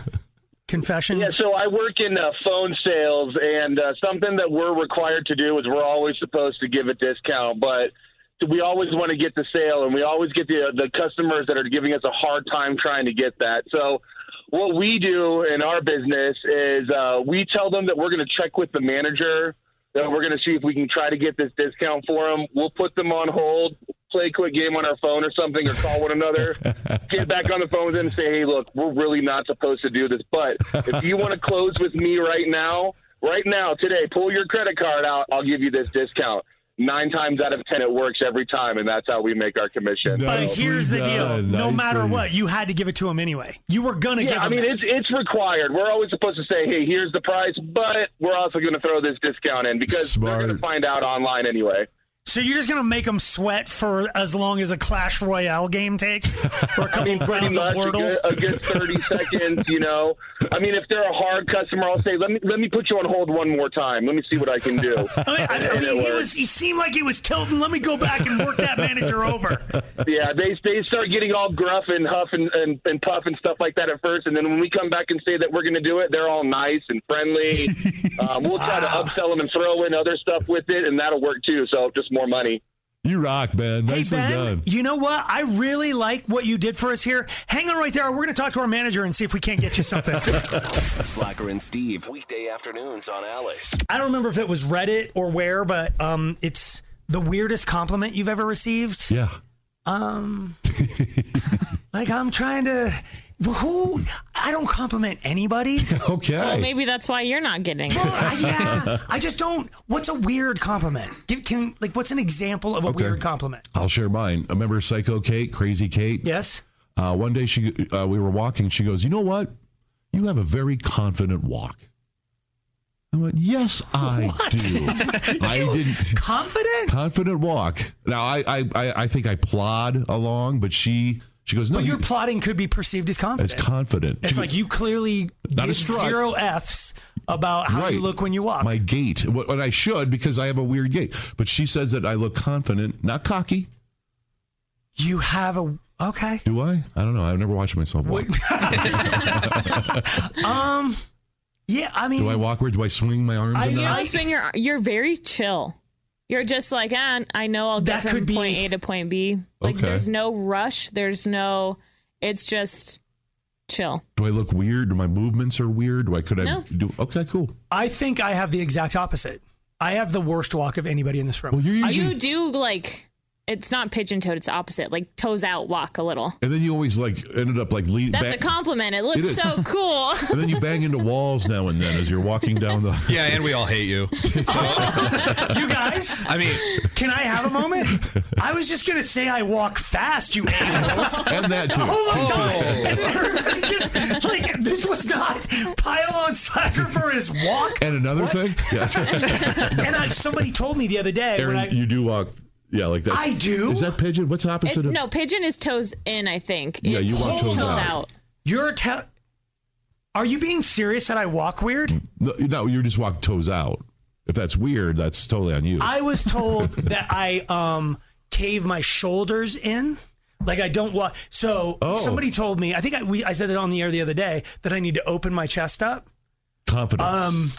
confession? Yeah, so I work in uh, phone sales, and uh, something that we're required to do is we're always supposed to give a discount, but we always want to get the sale, and we always get the uh, the customers that are giving us a hard time trying to get that. So, what we do in our business is uh, we tell them that we're going to check with the manager, that we're going to see if we can try to get this discount for them. We'll put them on hold, play a quick game on our phone or something, or call one another, get back on the phone with them and say, hey, look, we're really not supposed to do this. But if you want to close with me right now, right now, today, pull your credit card out. I'll give you this discount. Nine times out of 10, it works every time, and that's how we make our commission. But Nicely here's Uh, the deal: done, no matter nicely. what, you had to give it to him anyway. You were gonna give. Yeah, I him mean it's it. it's required. We're always supposed to say, "Hey, here's the price," but we're also going to throw this discount in because Smart. they're going to find out online anyway. So you're just gonna make them sweat for as long as a Clash Royale game takes, or a couple I mean, pretty rounds of much a Wordle. good, a good thirty seconds. You know, I mean, if they're a hard customer, I'll say, "Let me let me put you on hold one more time. Let me see what I can do." I mean, I- I And it mean, he worked. was—he seemed like he was tilting. Let me go back and work that manager over. yeah, they they start getting all gruff and huff and, and, and puff and stuff like that at first, and then when we come back and say that we're going to do it, they're all nice and friendly. um, we'll try to upsell them and throw in other stuff with it, and that'll work too. So just more money. You rock, man. Hey Nicely Ben, done. you know what? I really like what you did for us here. Hang on right there. We're gonna talk to our manager and see if we can't get you something. Slacker and Steve, weekday afternoons on Alice. I don't remember if it was Reddit or where, but um, it's the weirdest compliment you've ever received. Yeah. um like i'm trying to who i don't compliment anybody Okay. Well, maybe that's why you're not getting well, uh, it. I, yeah i just don't what's a weird compliment Give, can like what's an example of a Okay. weird compliment I'll share mine. Remember Psycho Kate, Crazy Kate? yes Uh, one day she, uh, we were walking. She goes, "You know what? You have a very confident walk." I went, "Yes, I do. I didn't confident confident walk." Now I, I, I, I think I plod along, but she, she goes, "No, but your you- plotting could be perceived as confident it's confident." It's She- like you clearly Not a give strut. zero f's about how you Right. look when you walk my gait, what, what I should because I have a weird gait. But she says that I look confident, not cocky. you have a okay Do I? I don't know. I've never watched myself walk. um yeah i mean Do I walk weird? Do I swing my arms? I- enough? You I- don't swing your. You're very chill. You're just like, ah, I know I'll That get could from be- point A to point B. Like, Okay. there's no rush. There's no. It's just chill. Do I look weird? Do my movements are weird? Do I could I No. do? Okay, cool. I think I have the exact opposite. I have the worst walk of anybody in this room. Well, you're usually, You do like. It's not pigeon toed. It's opposite. Like toes out, walk a little. and then you always like ended up like leaning. That's a compliment. It looks is. so cool. and then you bang into walls now and then as you're walking down the. Yeah, and we all hate you. you guys, I mean, can I have a moment? I was just gonna say I walk fast, you animals. And that too. Oh my god! And then everybody just like this was not pile on slacker for his walk. And another thing, yeah, And I, somebody told me the other day Aaron, when I you do walk. Yeah, like that. I do? Is that pigeon? What's It's, opposite of? no, pigeon is toes in. I think. Yeah, It's you want toes out. you're te- are you being serious that I walk weird? No, no, you just walk toes out. If that's weird, that's totally on you. I was told that I um cave my shoulders in. Like I don't walk. So Oh. somebody told me. I think I, we, I said it on the air the other day that I need to open my chest up. Confidence. Um.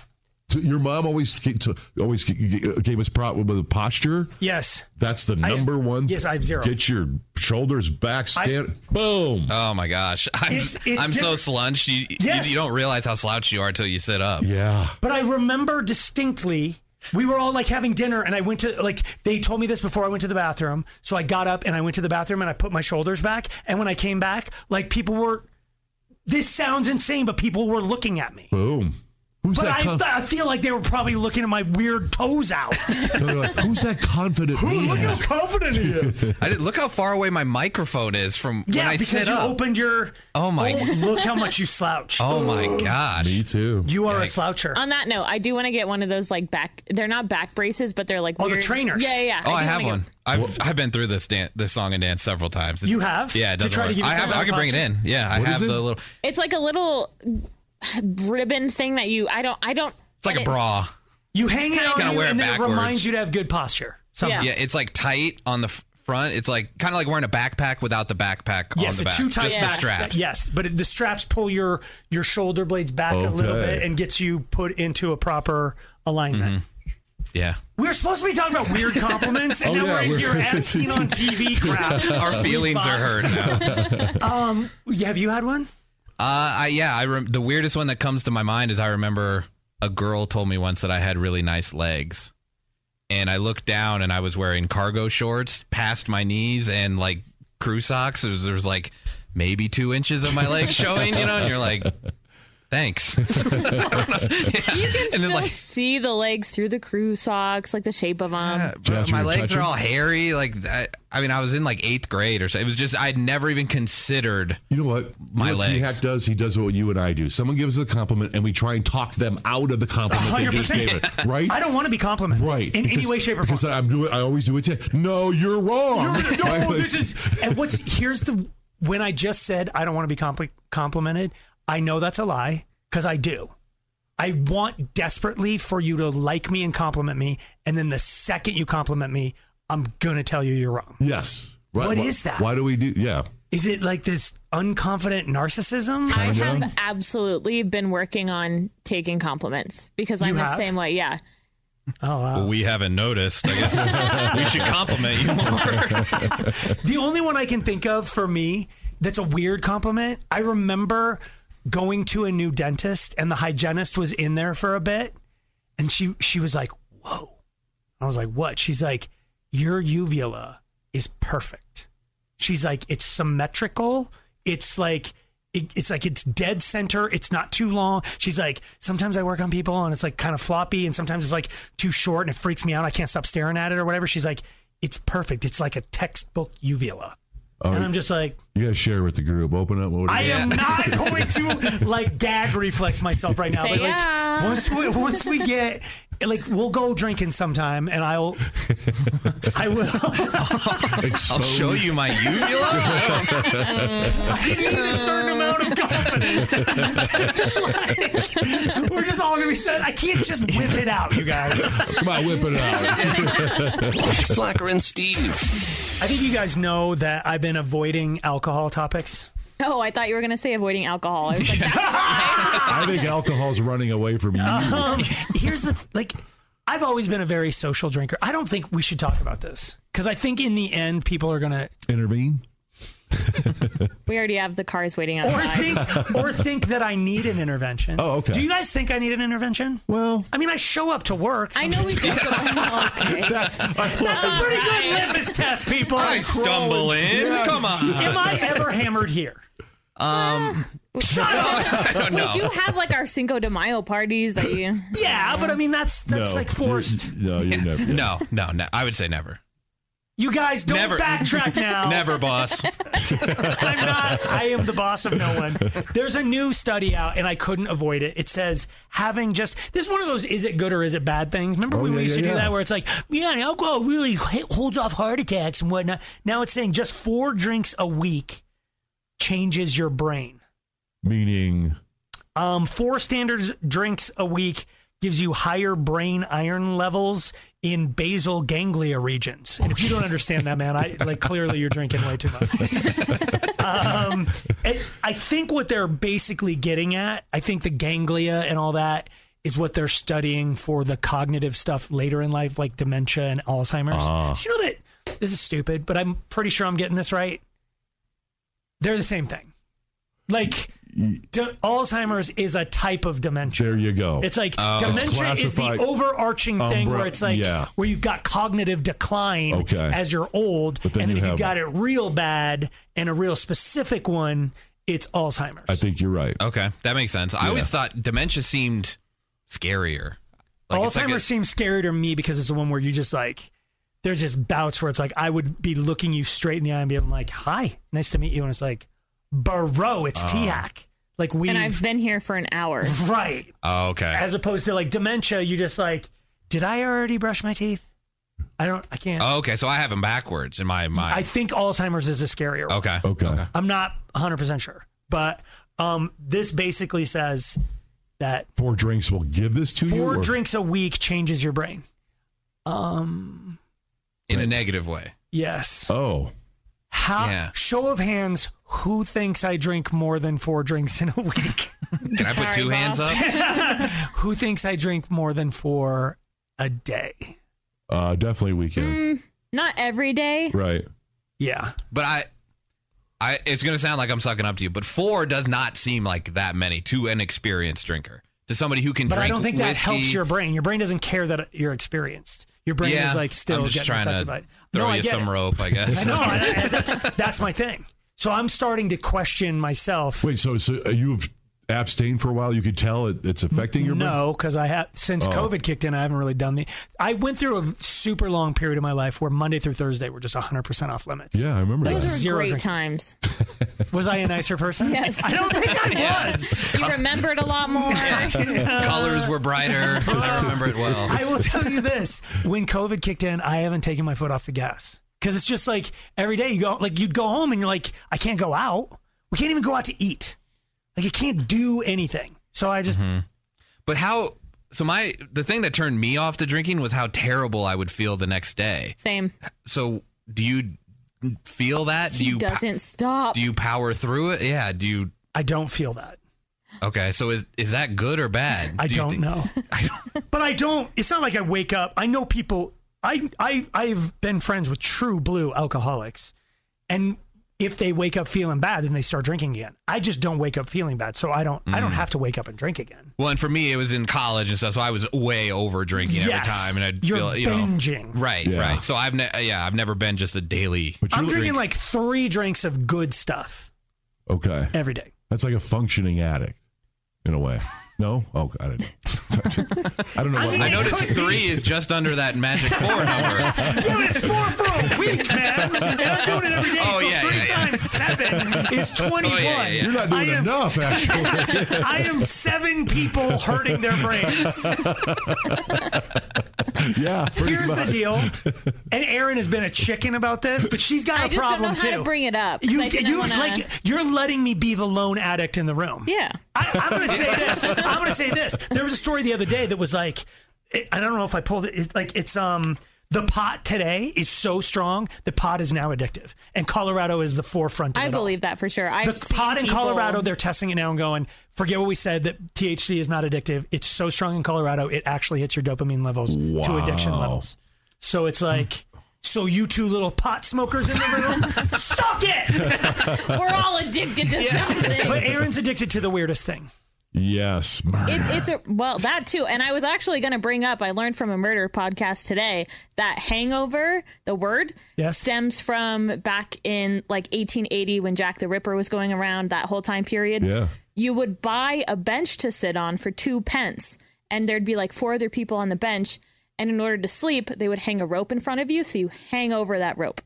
So your mom always ge- to- always ge- ge- gave us prop with a posture. Yes. That's the I- number one. yes, I have zero. Get your shoulders back. Stand. boom. oh my gosh, I'm, It's- it's I'm so different. slunched. You, you- Yes. you don't realize how slouchy you are until you sit up. Yeah. But I remember distinctly we were all like having dinner, and I went to like they told me this before I went to the bathroom. So I got up and I went to the bathroom and I put my shoulders back. And when I came back, like people were. This sounds insane, but people were looking at me. Boom. Who's but that? I, con- I feel like they were probably looking at my weird toes out. They're like, Who's that confident? Who- man? look how confident he is. I did, look how far away my microphone is from yeah, when I because sit you up. opened your. oh my! Oh, look how much you slouch. Oh my gosh! Me too. You are a sloucher. On that note, I do want to get one of those like back. They're not back braces, but they're like Oh, the weird- trainers. Yeah, yeah. yeah. Oh, I, do have wanna get- one. I've I've been through this dan- this song and dance several times. You have? Yeah, it To doesn't try to work. give I yourself have. I that can bring it in. Yeah, I What have is the it? little. It's like a little ribbon thing that you. I don't. I don't. It's like a bra. You hang it on Gotta you, wear it and then it reminds backwards. you to have good posture. Somehow. Yeah. Yeah, it's like tight on the f- front. It's like kind of like wearing a backpack without the backpack Yes, on the a back. two tight Just the back. straps. Yes, but it- the straps pull your your shoulder blades back a little Okay. bit and gets you put into a proper alignment. Mm-hmm. Yeah. We're supposed to be talking about weird compliments, and Oh, now yeah, we're in we're- here as seen on TV crap. Our feelings are hurt now. Um, have you had one? Uh, I, yeah, I rem- the weirdest one that comes to my mind is I remember a girl told me once that I had really nice legs, and I looked down and I was wearing cargo shorts past my knees and like crew socks. There was, there was like maybe two inches of my legs showing, you know, and you're like, thanks. You can then, still like- see the legs through the crew socks, like the shape of them. Bro, Jazz, you my were legs touching? are all hairy. Like, I, I mean, I was in like eighth grade or so. It was just I'd never even considered. You know what? My you know what legs. T-Hack does? He does what you and I do. Someone gives us a compliment, and we try and talk them out of the compliment they just 100%. gave it. Right? I don't want to be complimented Right. in any because- way, shape, or form. Because I'm doing, I always do it. To, no, you're wrong. You're- Right? no, this is and what's here's the when I just said I don't want to be compli- complimented. I know that's a lie because I do. I want desperately for you to like me and compliment me, and then the second you compliment me, I'm gonna tell you you're wrong. yes. Right. What why, is that? Why do we do? Yeah. Is it like this unconfident narcissism? I have absolutely been working on taking compliments because You I'm have? the same way. Yeah. oh wow. We haven't noticed. I guess we should compliment you more. The only one I can think of for me that's a weird compliment. I remember going to a new dentist and the hygienist was in there for a bit and she she was like, "Whoa." I was like, "What?" She's like, "Your uvula is perfect." She's like, "It's symmetrical. It's like it, it's like it's dead center. It's not too long." She's like, "Sometimes I work on people and it's like kind of floppy and sometimes it's like too short and it freaks me out. I can't stop staring at it or whatever." She's like, "It's perfect. It's like a textbook uvula." All and right. I'm just like, You got to share with the group. Open up. What do I you- am not going to like gag reflex myself right now. Say but like yeah. once we once we get like we'll go drinking sometime and I'll I will I'll show you my uvula. I need a certain amount of confidence. Like, we're just all gonna be set. I can't just whip it out, you guys. Come on, whip it out. Slacker and Steve. I think you guys know that I've been avoiding alcohol topics. Oh, I thought you were going to say avoiding alcohol. I was like, that's I think alcohol's running away from you. Um, here's the th- like, I've always been a very social drinker. I don't think we should talk about this because I think in the end people are gonna Intervene. we already have the cars waiting or outside. think or think that I need an intervention. Oh, okay. Do you guys think I need an intervention? Well, I mean, I show up to work. I know we joke about okay. that's, That's a pretty good litmus test, people. I stumble in. Yes. Come on. Um, Am I ever hammered here? We do have like our Cinco de Mayo parties that you. Yeah, but I mean that's that's like forced. You're, no, you're never. No, no, no. I would say never. You guys don't Never. backtrack now. Never, boss. I'm not. I am the boss of no one. There's a new study out, and I couldn't avoid it. It says having just this is one of those is it good or is it bad things. Remember Oh, when yeah, we used yeah, to do yeah. that, where it's like, man, alcohol really h- holds off heart attacks and whatnot. Now it's saying just four drinks a week changes your brain. Meaning, Um, four standards drinks a week gives you higher brain iron levels in basal ganglia regions. And if you don't understand that, man, I like clearly you're drinking way too much. um, I- I think what they're basically getting at, I think the ganglia and all that is what they're studying for the cognitive stuff later in life, like dementia and Alzheimer's. Uh-huh. Did You know that this is stupid, but I'm pretty sure I'm getting this right. They're the same thing. Like De- Alzheimer's is a type of dementia. There you go. It's like Oh. dementia is the Classified- overarching thing Umbre- where it's like yeah. where you've got cognitive decline Okay. as you're old, But then and then you if you've have- got it real bad and a real specific one, it's Alzheimer's. I think you're right. Okay, that makes sense. I always thought dementia seemed scarier. Like, it's Alzheimer's like a- seems scary to me because it's the one where you just like there's just bouts where it's like I would be looking you straight in the eye and be like, "Hi, nice to meet you," and it's like, "Bro, it's Oh. T hack." Like we and I've been here for an hour. right Oh, okay. as opposed to like dementia, you just like, "Did I already brush my teeth?" I don't. I can't. Oh, okay, so I have them backwards in my mind. I think Alzheimer's is a scarier. one. okay. Okay. I'm not 100 percent sure, but um, this basically says that Four drinks will give this to you. four or- drinks a week changes your brain. Um. In a negative way. Yes. Oh. How? Yeah. Show of hands. Who thinks I drink more than four drinks in a week? Can I put two hands up? who thinks I drink more than four a day? Uh, definitely weekend. Mm, not every day. Right. Yeah. But I, I, it's gonna sound like I'm sucking up to you, but four does not seem like that many to an experienced drinker, to somebody who can But drink. I don't think that whiskey. helps your brain. Your brain doesn't care that you're experienced. Your brain Yeah, is like still I'm just getting trying affected to by it. throw no, I you get some it. rope, I guess. I know. and I- and that's, that's my thing. So I'm starting to question myself. Wait, so so you've abstained for a while? You could tell it, it's affecting your brain? No, because I have since Oh. COVID kicked in, I haven't really done the. I went through a super long period of my life where Monday through Thursday were just 100 percent off limits. Yeah, I remember Those that. are Zero great drink. times. Was I a nicer person? Yes. I don't think I was. Uh, You remembered a lot more. Colors were brighter. I remember it well. I will tell you this: when COVID kicked in, I haven't taken my foot off the gas because it's just like every day you go, like you'd go home and you're like, I can't go out. We can't even go out to eat. Like you can't do anything. So I just Mm-hmm. But how? So my the thing that turned me off to drinking was how terrible I would feel the next day. Same. So do you feel that? Do She you doesn't stop. do you power through it? Yeah. Do you? I don't feel that. Okay. So is is that good or bad? I Do you don't think- know. but I don't. It's not like I wake up. I know people. I I I've been friends with true blue alcoholics, and if they wake up feeling bad, then they start drinking again. I just don't wake up feeling bad, so I don't. I Mm. don't have to wake up and drink again. Well, and for me, it was in college and stuff, so I was way over drinking every Yes. time, and I'd You're feel you know binging. right, Yeah. right. So I've ne- uh, yeah, I've never been just a daily. But you I'm drink- drinking like three drinks of good stuff Okay. every day. That's like a functioning addict in a way. No? Oh, I don't know. I don't know what I noticed three is just under that magic four number. Yeah, but it's four for a week, man. And I'm doing it every day. Oh, so yeah, three yeah, yeah. times seven is twenty-one. Oh, yeah, yeah, You're not doing I am- enough, actually. I am seven people hurting their brains. yeah. pretty Here's the much. deal, and Erin has been a chicken about this, but she's got a I just don't problem know how too. to bring it up. 'cause you, I didn't you wanna- like you're letting me be the lone addict in the room. Yeah. I, I'm gonna say this. I'm gonna say this. There was a story the other day that was like, it, I don't know if I pulled it. It's like it's um the pot today is so strong the pot is now addictive, and Colorado is the forefront. Of I it all. believe that for sure. I've the seen pot in people- Colorado, they're testing it now and going, forget what we said that THC is not addictive. It's so strong in Colorado, it actually hits your dopamine levels to addiction Wow. levels. So it's like, so you two little pot smokers in the room, suck it! We're all addicted to something. But Aaron's addicted to the weirdest thing. Yes. murder. It's, it's a well that too, and I was actually going to bring up. I learned from a murder podcast today that hangover, the word, Yes. stems from back in like 1880 when Jack the Ripper was going around. That whole time period, yeah. you would buy a bench to sit on for two pence, and there'd be like four other people on the bench. And in order to sleep, they would hang a rope in front of you, so you hang over that rope.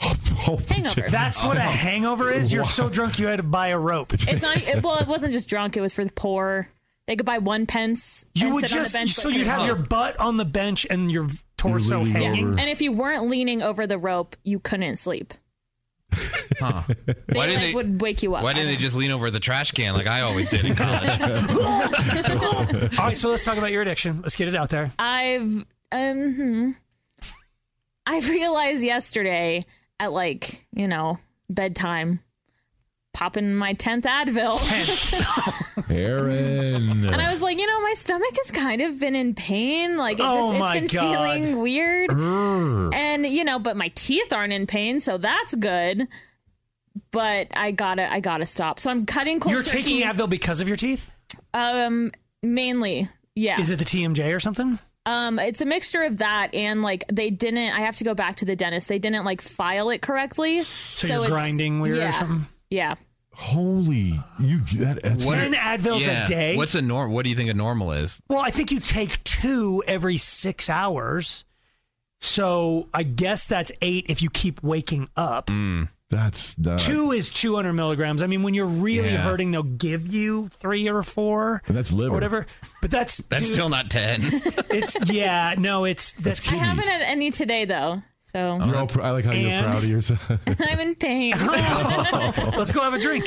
Oh, Hangover. That's what a hangover is. You're so drunk you had to buy a rope. It's not it, well. It wasn't just drunk; it was for the poor. They could buy one pence. You and would sit on the just, bench, so but you'd couldn't have sleep. your butt on the bench and your torso leaning hanging. over. And if you weren't leaning over the rope, you couldn't sleep. They, Why didn't like, they? would wake you up. Why I didn't they don't know. just lean over the trash can like I always did in college? All right, so let's talk about your addiction. Let's get it out there. I've um, hmm. I realized yesterday at like you know bedtime, popping my tenth Advil, Aaron. and I was like, you know, my stomach has kind of been in pain. Like it just, Oh it's my been God. feeling weird. Err. and you know but my teeth aren't in pain so that's good but I gotta I gotta stop. So I'm cutting cold You're turkey. taking Advil because of your teeth? Um, mainly, yeah. Is it the TMJ or something? Um, it's a mixture of that and like they didn't. I have to go back to the dentist. They didn't like file it correctly. So, you're it's- grinding weird or yeah, something? Yeah. Holy, you that, that's What- Ten Advils a day? What's a norm? What do you think a normal is? Well, I think you take two every six hours. So I guess that's eight if you keep waking up. Mm. That's Uh, not. Two is 200 milligrams. I mean, when you're really Yeah. hurting, they'll give you three or four. And that's liver. Or whatever. But that's That's dude, still not ten. It's yeah, no, it's that's, I haven't had any today though, so You're all pr- I like how you're And- proud of yourself. I'm in pain. Let's go have a drink.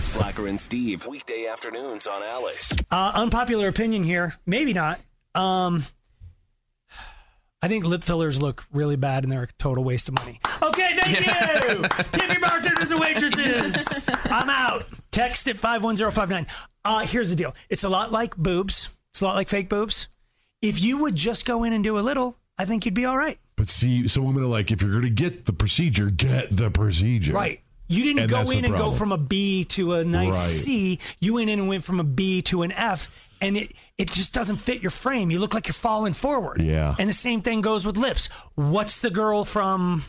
Slacker and Steve, weekday afternoons on Alice. Uh, unpopular opinion here, maybe not. Um, I think lip fillers look really bad and they're a total waste of money. Okay, thank you. Tip your bartenders and waitresses. I'm out. Text at 51059. Uh, here's the deal it's a lot like boobs, it's a lot like fake boobs. If you would just go in and do a little, I think you'd be all right. But see, so women are like, if you're going to get the procedure, get the procedure. Right. You didn't And go that's the in and go problem. from a B to a nice Right. C. You went in and went from a B to an F, and it, it just doesn't fit your frame. You look like you're falling forward. Yeah. And the same thing goes with lips. What's the girl from?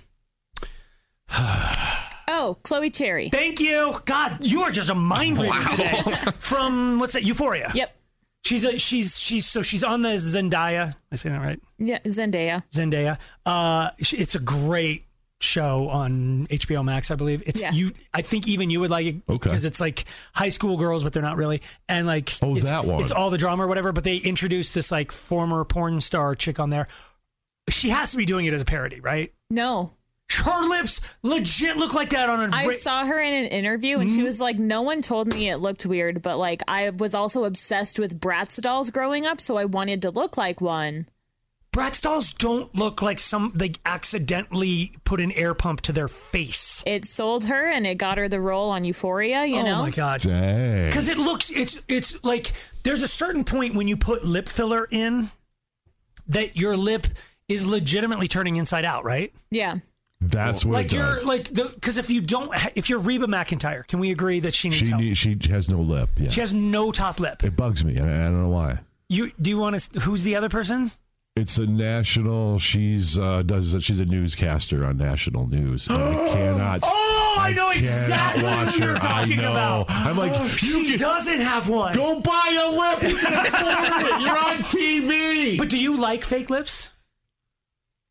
oh, Chloe Cherry. Thank you. oh, God, you are just a mind reader today. From what's that? Euphoria. Yep. She's a she's she's so she's on the Zendaya. Am I saying that right? Yeah, Zendaya. Zendaya. Uh, sh- it's a great show on HBO Max, I believe. It's Yeah. you. I think even you would like it Okay. because it's like high school girls, but they're not really. And like, Oh, it's, that one. It's all the drama or whatever. But they introduced this like former porn star chick on there. She has to be doing it as a parody, right? No, Her lips legit look like that on a. I ra- saw her in an interview and she Mm-hmm. was like, No one told me it looked weird, but like I was also obsessed with Bratz dolls growing up, so I wanted to look like one. Bratz dolls don't look like some they accidentally put an air pump to their face. It sold her and it got her the role on Euphoria, you oh know? my god. Dang. Because it looks, it's it's like there's a certain point when you put lip filler in that your lip is legitimately turning inside out, right? Yeah. That's what like it does. you're like the because if you don't ha- if you're Reba McIntyre, can we agree that she needs she help? need, she has no lip. Yeah. She has no top lip. it bugs me. and I, I don't know why. You do you want to? Who's the other person? It's a national. She's uh, does she's a newscaster on national news. And I cannot. Oh, I, know cannot exactly watch who you're her. I talking know. about. I'm like, she you get- doesn't have one. Go buy a lip. You can afford it. You're on TV. But do you like fake lips?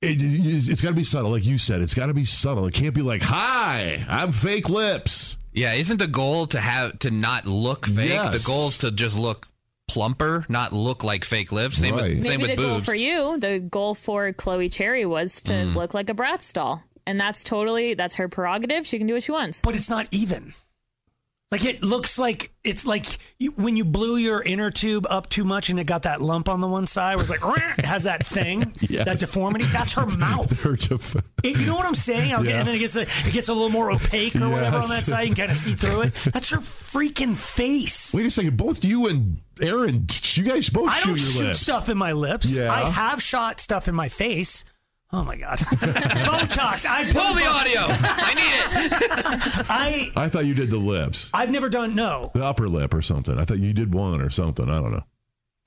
It, it, has got to be subtle, like you said. It's got to be subtle. It can't be like, "Hi, I'm fake lips." Yeah, isn't the goal to have to not look fake? Yes. The goal is to just look plumper, not look like fake lips. Same Right. with same Maybe the with goal boobs. for you, the goal for Chloe Cherry was to Mm. look like a Bratz doll. And that's totally that's her prerogative. She can do what she wants. but it's not even. Like it looks like it's like you, when you blew your inner tube up too much and it got that lump on the one side, where it's like "Rah!" it has that thing, Yes. that deformity. That's her mouth. They're def- It- you know what I'm saying? Okay, Yeah. and then it gets a, it gets a little more opaque or whatever on that Yes. side. You can kind of see through it. That's her freaking face. Wait a second. Both you and Aaron, you guys both I shoot don't your shoot lips. stuff in my lips. Yeah. I have shot stuff in my face. Oh my god, Botox. I put Pull the Bo- audio. I need it. I I thought you did the lips, I've never done no. the upper lip, or something. I thought you did one or something. I don't know.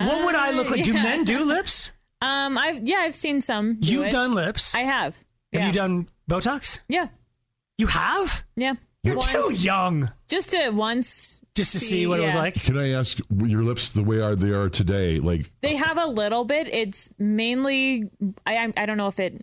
What would I look like? Do yeah. men do lips? Um I've yeah, I've seen some. do You've it. done lips. I have. Have Yeah. you done Botox? Yeah. You have? Yeah. You're Once- too young Just to once just to see what it was yeah. like. Can I ask your lips the way are they are today? Like They have a little bit. It's mainly I I'm- I don't know if it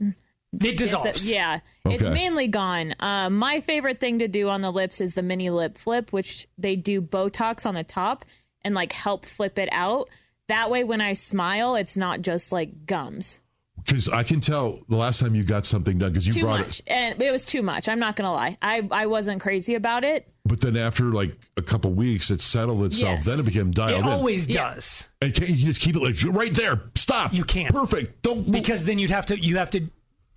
It dissolves. It's, yeah, it's Okay. mainly gone. Uh, my favorite thing to do on the lips is the mini lip flip, which they do Botox on the top and like help flip it out. That way, when I smile, it's not just like gums. Because I can tell the last time you got something done because you too brought much, it. and it was too much. I'm not gonna lie. I I wasn't crazy about it. But then after like a couple weeks, it settled itself. Yes. Then it became dialed. in. always Yeah. does. And can't you just keep it like right there? Stop. You can't. Perfect. Don't because then you'd have to you have to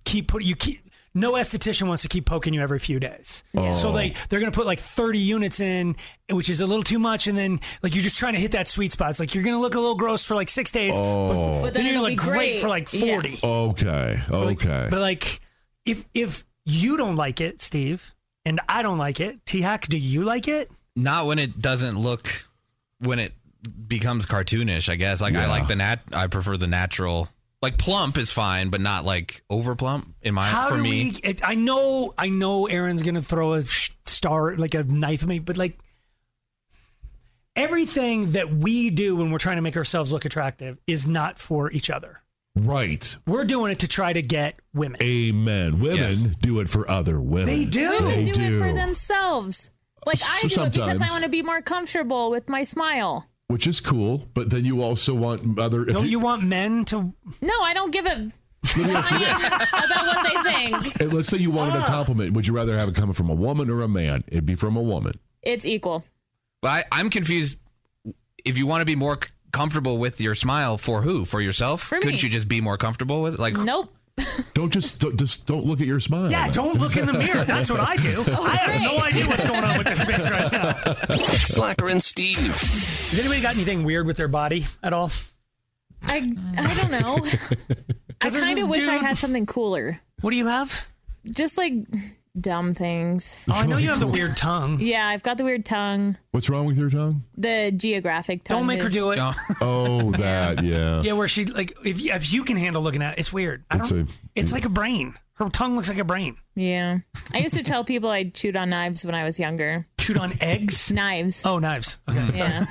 keep put you keep. No esthetician wants to keep poking you every few days. Yeah. So Oh. like they're gonna put like 30 units in, which is a little too much, and then like you're just trying to hit that sweet spot. It's like you're gonna look a little gross for like six days, Oh. but, But then, then you're it'll gonna look be great. great. for like Yeah. 40. Okay. Okay. But like, if if you don't like it, Steve, and I don't like it, T Hack, do you like it? Not when it doesn't look when it becomes cartoonish, I guess. Like I Yeah. like the nat I prefer the natural like plump is fine, but not like over plump in my How for do me. we? It, I know, I know, Aaron's gonna throw a sh- star like a knife at me, but like everything that we do when we're trying to make ourselves look attractive is not for each other. Right. We're doing it to try to get women. Amen. Women do it for other women. They do. Women They do, it for themselves. Like I do it because I Sometimes. want to be more comfortable with my smile. Which is cool, but then you also want other. if Don't you want men to? No, I don't give a about what they think. And let's say you wanted Ah. a compliment. Would you rather have it coming from a woman or a man? It'd be from a woman. It's equal. But I, I'm confused. If you want to be more c- comfortable with your smile, for who? For yourself? For me. Couldn't you just be more comfortable with it? Like Nope. Don't just don't, just don't look at your smile. Yeah, don't look in the mirror. That's what I do. Oh, I have no idea what's going on Oh, with this face right now. Slacker and Steve. Has anybody got anything weird with their body at all? I I don't know. I there's kind this of wish I dude- had something cooler. What do you have? Just like dumb things. Oh, I know you have the weird tongue. Yeah, I've got the weird tongue, What's wrong with your tongue? the geographic tongue. Don't make her do it. Oh, that yeah. Yeah, where she like if you, if you can handle looking at it, it's weird. I It's don't. a- it's like a brain. Her tongue looks like a brain. Yeah. I used to tell people I chewed on knives when I was younger. Chewed on eggs? Knives. Oh, knives. Okay. Yeah.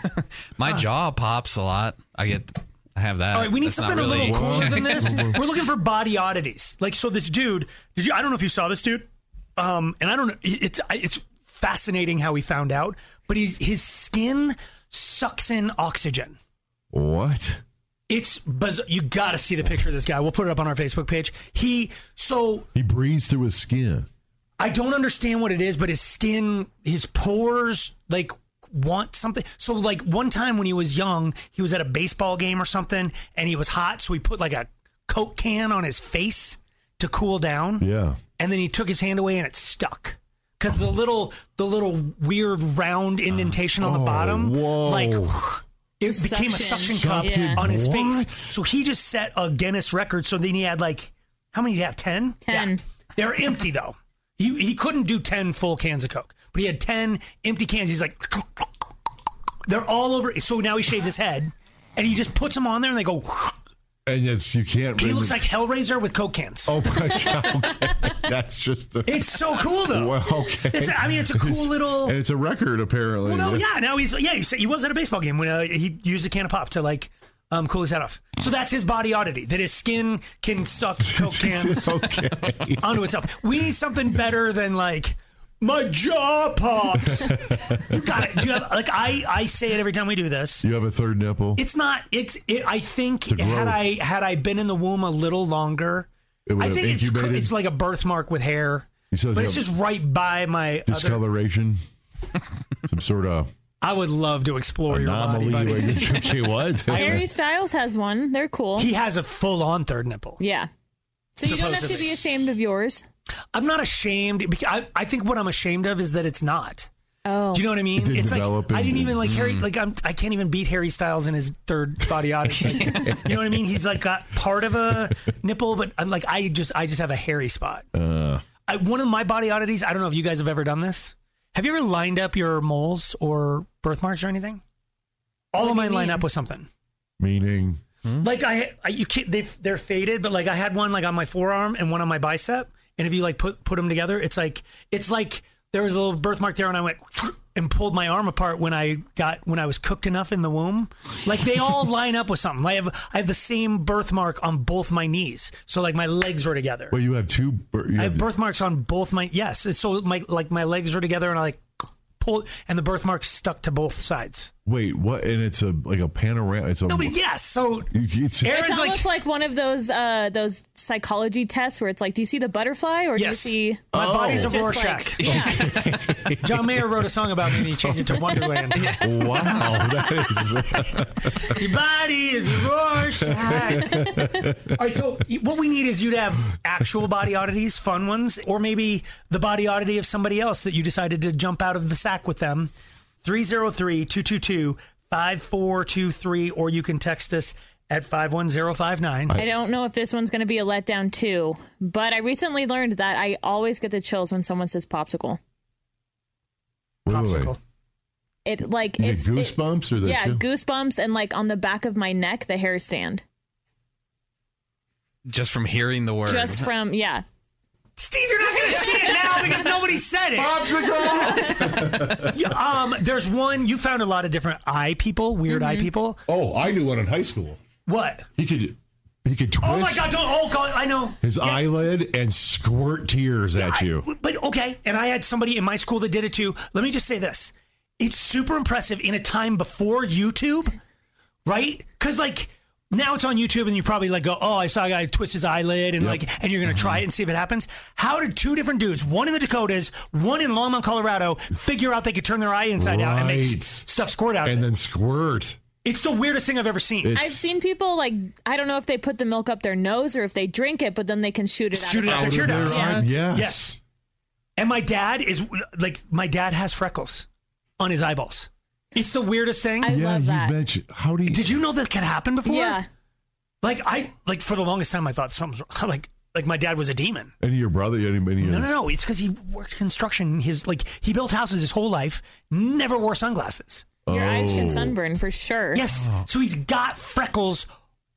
my jaw pops a lot. I get I have that. All right, we need That's not something a really- little cooler than this. We're looking for body oddities. Like so, this dude. Did you? I don't know if you saw this dude. Um, and I don't know. It's it's fascinating how he found out. But he's his skin sucks in oxygen. What? It's bizarre. You got to see the picture of this guy. We'll put it up on our Facebook page. He so He breathes through his skin. I don't understand what it is, but his skin, his pores, like want something. So like one time when he was young, he was at a baseball game or something, and he was hot, so he put like a coke can on his face to cool down, Yeah. and then he took his hand away and it stuck. Cause the little, the little weird round indentation on the bottom, Oh, whoa. like it Just became a suction. suction cup Yeah. on his What? face. So he just set a Guinness record. So then he had like, how many did he have? Ten. 10. They're empty though. He he couldn't do ten full cans of Coke, but he had ten empty cans. He's like, they're all over. So now he shaves his head, and he just puts them on there, and they go. And it's you can't. He really- looks like Hellraiser with Coke cans. Oh my god. Okay. That's just. The, It's so cool though. Well, okay. It's a- I mean, it's a cool little- And it's a record apparently. Well, no, yeah. Now he's yeah. He, said he was at a baseball game when uh, he used a can of pop to like um, cool his head off. So that's his body oddity that his skin can suck Coke cans okay. onto itself. We need something better than like my jaw pops. you got it. Do you have like I I say it every time we do this. You have a third nipple. It's not. It's. It, I think It's a had growth. I had I been in the womb a little longer, It would I have think it's, cr- incubated? it's like a birthmark with hair. You said But it's it's like a just right by my. Other, discoloration. Some sort of I would love to explore your body. Oh. anomaly. buddy. okay, what? Harry Styles has one. They're cool. He has a full on third nipple. yeah. So you don't have to Supposedly. be ashamed of yours. I'm not ashamed because I, I think what I'm ashamed of is that it's not. Oh. Do you know what I mean? It didn't It's like develop Mm. I didn't and- even like Harry. Like I'm, I can't even beat Harry Styles in his third body oddity. Like, you know what I mean? He's like got part of a nipple, but I'm like I just I just have a hairy spot. Uh. I, one of my body oddities. I don't know if you guys have ever done this. Have you ever lined up your moles or birthmarks or anything? All What of do mine you line mean? up with something. Meaning, Like I, I you can't, they they're faded, but like I had one like on my forearm and one on my bicep, and if you like put put them together, it's like it's like there was a little birthmark there, and I went and pulled my arm apart when I got when I was cooked enough in the womb. Like they all line up with something. I have I have the same birthmark on both my knees, so like my legs were together. well, you have two. bir- You I have have, birthmarks on both my yes, and so my like my legs were together, and I like pulled, and the birthmark stuck to both sides. Wait, what? And it's a like a panorama. It's a No, but yes. So You- it's- it's almost like, one of those uh, those psychology tests where it's like, do you see the butterfly or Yes. do you see? My body's a Just Rorschach. John Mayer wrote a song about me, and he changed it to Wonderland. wow, that is. Your body is a Rorschach. All right, so what we need is you to have actual body oddities, fun ones, or maybe the body oddity of somebody else that you decided to jump out of the sack with them. 303 222 5423, or you can text us at 51059. I don't know if this one's going to be a letdown too, but I recently learned that I always get the chills when someone says popsicle. Popsicle. It like You get it's it- goosebumps or the yeah, chill? goosebumps and like on the back of my neck, the hair stand. Just from hearing the word. Just from yeah. Steve, you're not gonna see it now because nobody said it. Yeah, um, there's one you found a lot of different eye people, weird eye people. Oh, I knew one in high school. What? He could he could twist Oh my god! Don't. Oh god! I know. his eyelid and squirt tears at you. But okay, and I had somebody in my school that did it too. Let me just say this: it's super impressive in a time before YouTube, right? Because like now it's on YouTube, and you probably like go, "Oh, I saw a guy twist his eyelid," and like, and you're gonna try it and see if it happens. How did two different dudes, one in the Dakotas, one in Longmont, Colorado, figure out they could turn their eye inside out and make Right. s- stuff squirt out? of And it? then squirt. It's the weirdest thing I've ever seen. I've seen people like I don't know if they put the milk up their nose or if they drink it, but then they can shoot it shoot it out, out of their tear mouth. ducts. Yeah. yes. Yes. And my dad is like, my dad has freckles on his eyeballs. It's the weirdest thing. yeah, you mentioned. How do you? Did you know that could happen before? Yeah. Like I like for the longest time I thought something's wrong. like like my dad was a demon. Any of your brother? Any, any No, no, no. It's because he worked construction. His like he built houses his whole life. Never wore sunglasses. Your eyes can sunburn for sure. Yes. So he's got freckles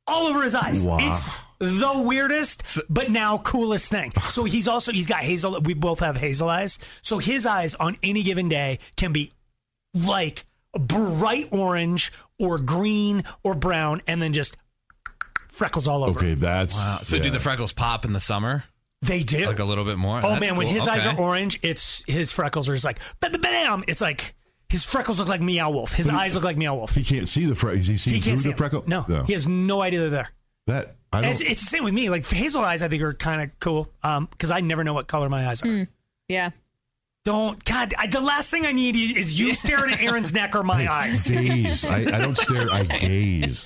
all over his eyes. Wow. It's the weirdest, but now coolest thing. So he's also he's got hazel. We both have hazel eyes. So his eyes on any given day can be like bright orange or green or brown, and then just freckles all over. that's wow. So do yeah. the freckles pop in the summer? They do. Like a little bit more. Oh That's man, when cool. his eyes Okay. are orange, it's his freckles are just like bam, bam, bam. It's like his freckles look like Meow Wolf. His But he- eyes look like Meow Wolf. He can't see the freckle. Is he seeing He through can't see the him. freckle? No, he has no idea they're there. that I don't. It's, it's the same with me. Like hazel eyes, I think are kind of cool because I never know what color my eyes are. Yeah. Don't God. I, the last thing I need is you staring at Aaron's neck or my eyes. gaze. I, I don't stare. I gaze.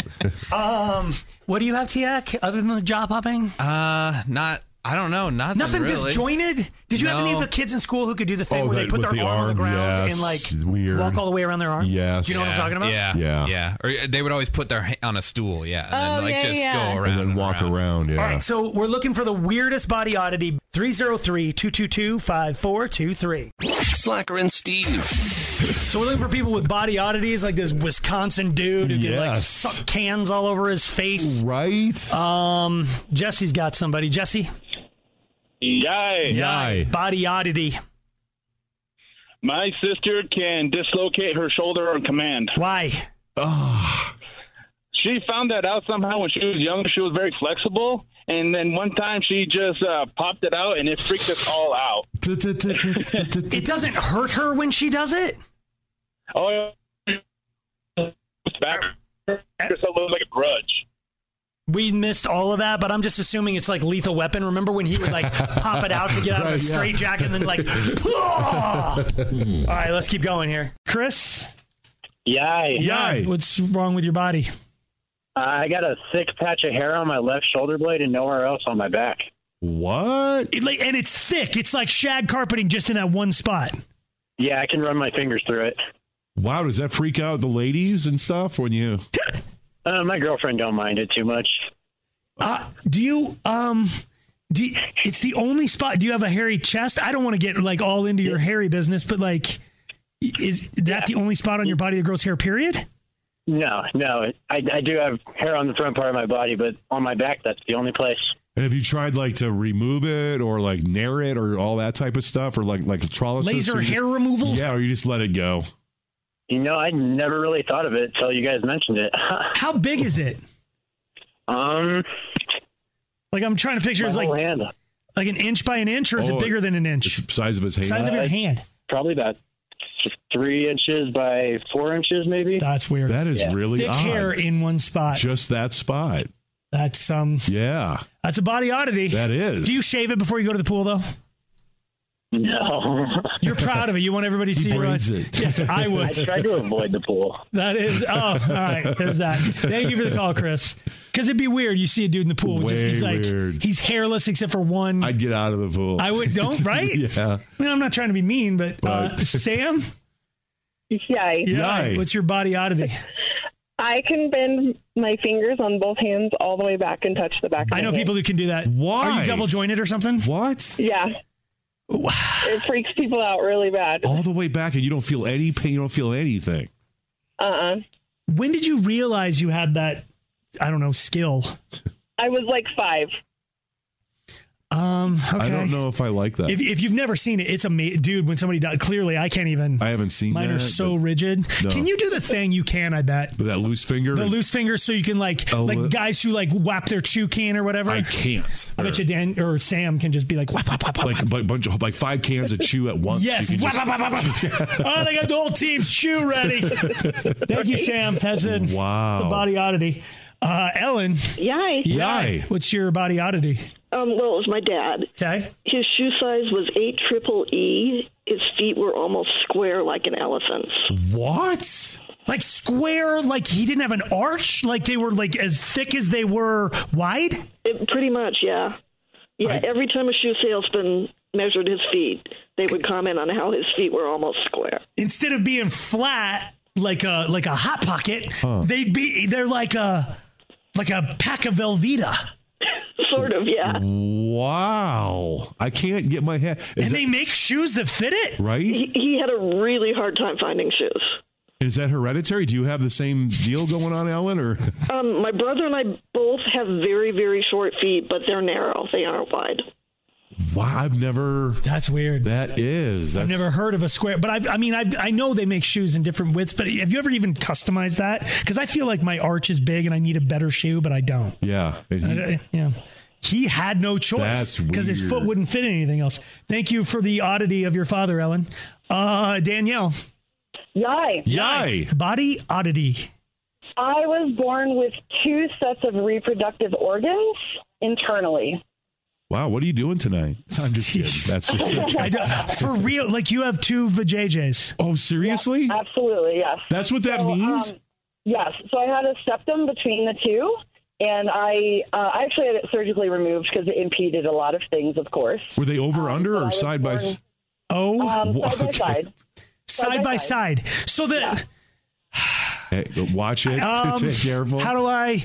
Um, what do you have, Tiak, other than the job hopping? Uh, not. I don't know. Nothing. Nothing really. disjointed. Did you have any of No. the kids in school who could do the Oh, thing where they that- put with their the arm, on the arm, ground and like yes, weird. walk all the way around their arm? Yes. Do you know what I'm talking about? Yeah. Yeah. Yeah. Or uh, they would always put their ha- on a stool. Yeah. And Oh, then like yeah, just yeah. go And around. and then walk around. yeah. All right, so we're looking for the weirdest body oddity 303 222 5423. Slacker and Steve. So we're looking for people with body oddities, like this Wisconsin dude who can like Yes. suck cans all over his face. Right. Um, Jesse's got somebody. Jesse. Yay. Yay. Body oddity. My sister can dislocate her shoulder on command. Ah. Why? She found that out somehow when she was young. She was very flexible. And then one time she just uh, popped it out and it freaked us all out. It doesn't hurt her when she does it. Oh, yeah. It's back. It's a little like a grudge. We missed all of that, but I'm just assuming it's like Lethal Weapon. Remember when he would like pop it out to get out of Right, a yeah. straight jacket and then like, all right, let's keep going here. Chris, Yay. Uh, what's wrong with your body? I got a thick patch of hair on my left shoulder blade and nowhere else on my back. What? It, like, and it's thick. It's like shag carpeting just in that one spot. Yeah, I can run my fingers through it. Wow, does that freak out the ladies and stuff when you? Uh, my girlfriend don't mind it too much. Uh, do you um do you- it's the only spot do you have a hairy chest? I don't want to get like all into your hairy business, but like is that the only spot on your body that grows hair period? No, no, I, I do have hair on the front part of my body, but on my back, that's the only place. And have you tried like to remove it or like nair it or all that type of stuff or like like electrolysis? Laser or you hair removal? Yeah, or you just let it go. You know, I never really thought of it until you guys mentioned it. How big is it? um, Like I'm trying to picture My it's like whole hand. like an inch by an inch or is Oh, it bigger than an inch? It's the size of his hand. Size of your hand. Probably about three inches by four inches, maybe. That's weird. That is really thick odd. hair in one spot. Just that spot. That's um. Yeah. That's a body oddity. That is. Do you shave it before you go to the pool though? No. You're proud of it. You want everybody to He see your braids eyes. it. Yes, I would. I tried to avoid the pool. That is. Oh, all right. There's that. Thank you for the call, Chris. Because it'd be weird. You see a dude in the pool. and just, Way he's like, weird. he's hairless except for one. I, I'd get out of the pool. would don't right. yeah. I mean, I'm not trying to be mean, but, uh, Sam. Yay. Yeah. What's your body oddity? I can bend my fingers on both hands all the way back and touch the back. I know people who can do that. Why? Are you double jointed or something? What? Yeah. It freaks people out really bad. All the way back, and you don't feel any pain. You don't feel anything. Uh-uh. When did you realize you had that? I don't know skill. I was like five. Um. Okay. I don't know if I like that. If, if you've never seen it, it's a dude. When somebody dies, clearly I can't even. I haven't seen Mine that, are so but- rigid. No. Can you do the thing? You can, I bet. With that loose finger. The loose fingers, so you can like Oh, like li- guys who like whap their chew can or whatever. I can't. I bet you Dan or Sam can just be like whap whap whap whap. Like a bu- bunch of like five cans of chew at once. Yes, You can whap, just- whap, whap, whap, whap. All right, I Oh, got the whole team's shoe ready. Thank you, Sam. That's it. Wow. It's a body oddity. Uh, Ellen. Yay. Yay. What's your body oddity? Um, well, it was my dad. Okay. His shoe size was eight triple E. His feet were almost square like an elephant's. What? Like square? Like he didn't have an arch? Like they were like as thick as they were wide? It, pretty much, yeah. Yeah, every time a shoe salesman measured his feet, they would comment on how his feet were almost square. Instead of being flat like a like a hot pocket, Huh. they'd be they're like a like a pack of Velveeta. Sort of, yeah. Wow. I can't get my head. Is and that, they make shoes that fit it? right? He, he had a really hard time finding shoes. Is that hereditary? Do you have the same deal going on, Ellen? Or Um, my brother and I both have very, very short feet, but they're narrow. They aren't wide. wow, I've never. That's weird. That is. That's, I've never heard of a square, but I've, I mean, I've, I know they make shoes in different widths, but have you ever even customized that? Because I feel like my arch is big and I need a better shoe, but I don't. Yeah. I don't- yeah. He had no choice That's because his foot weird. wouldn't fit anything else. Thank you for the oddity of your father, Ellen. Uh, Danielle. Yay. Yay. Body oddity. I was born with two sets of reproductive organs internally. Wow, what are you doing tonight? I'm just kidding. That's just I don't- for real, like you have two vajayjays. Oh, seriously? Absolutely, yes. That's what that means? um, yes. So I had a septum between the two, and I uh, I actually had it surgically removed because it impeded a lot of things, of course. Were they over under or side by born- side? Oh, Um, Wha- side by okay. side. Side by side. So the. Hey, watch it. Um, Take careful. How do I?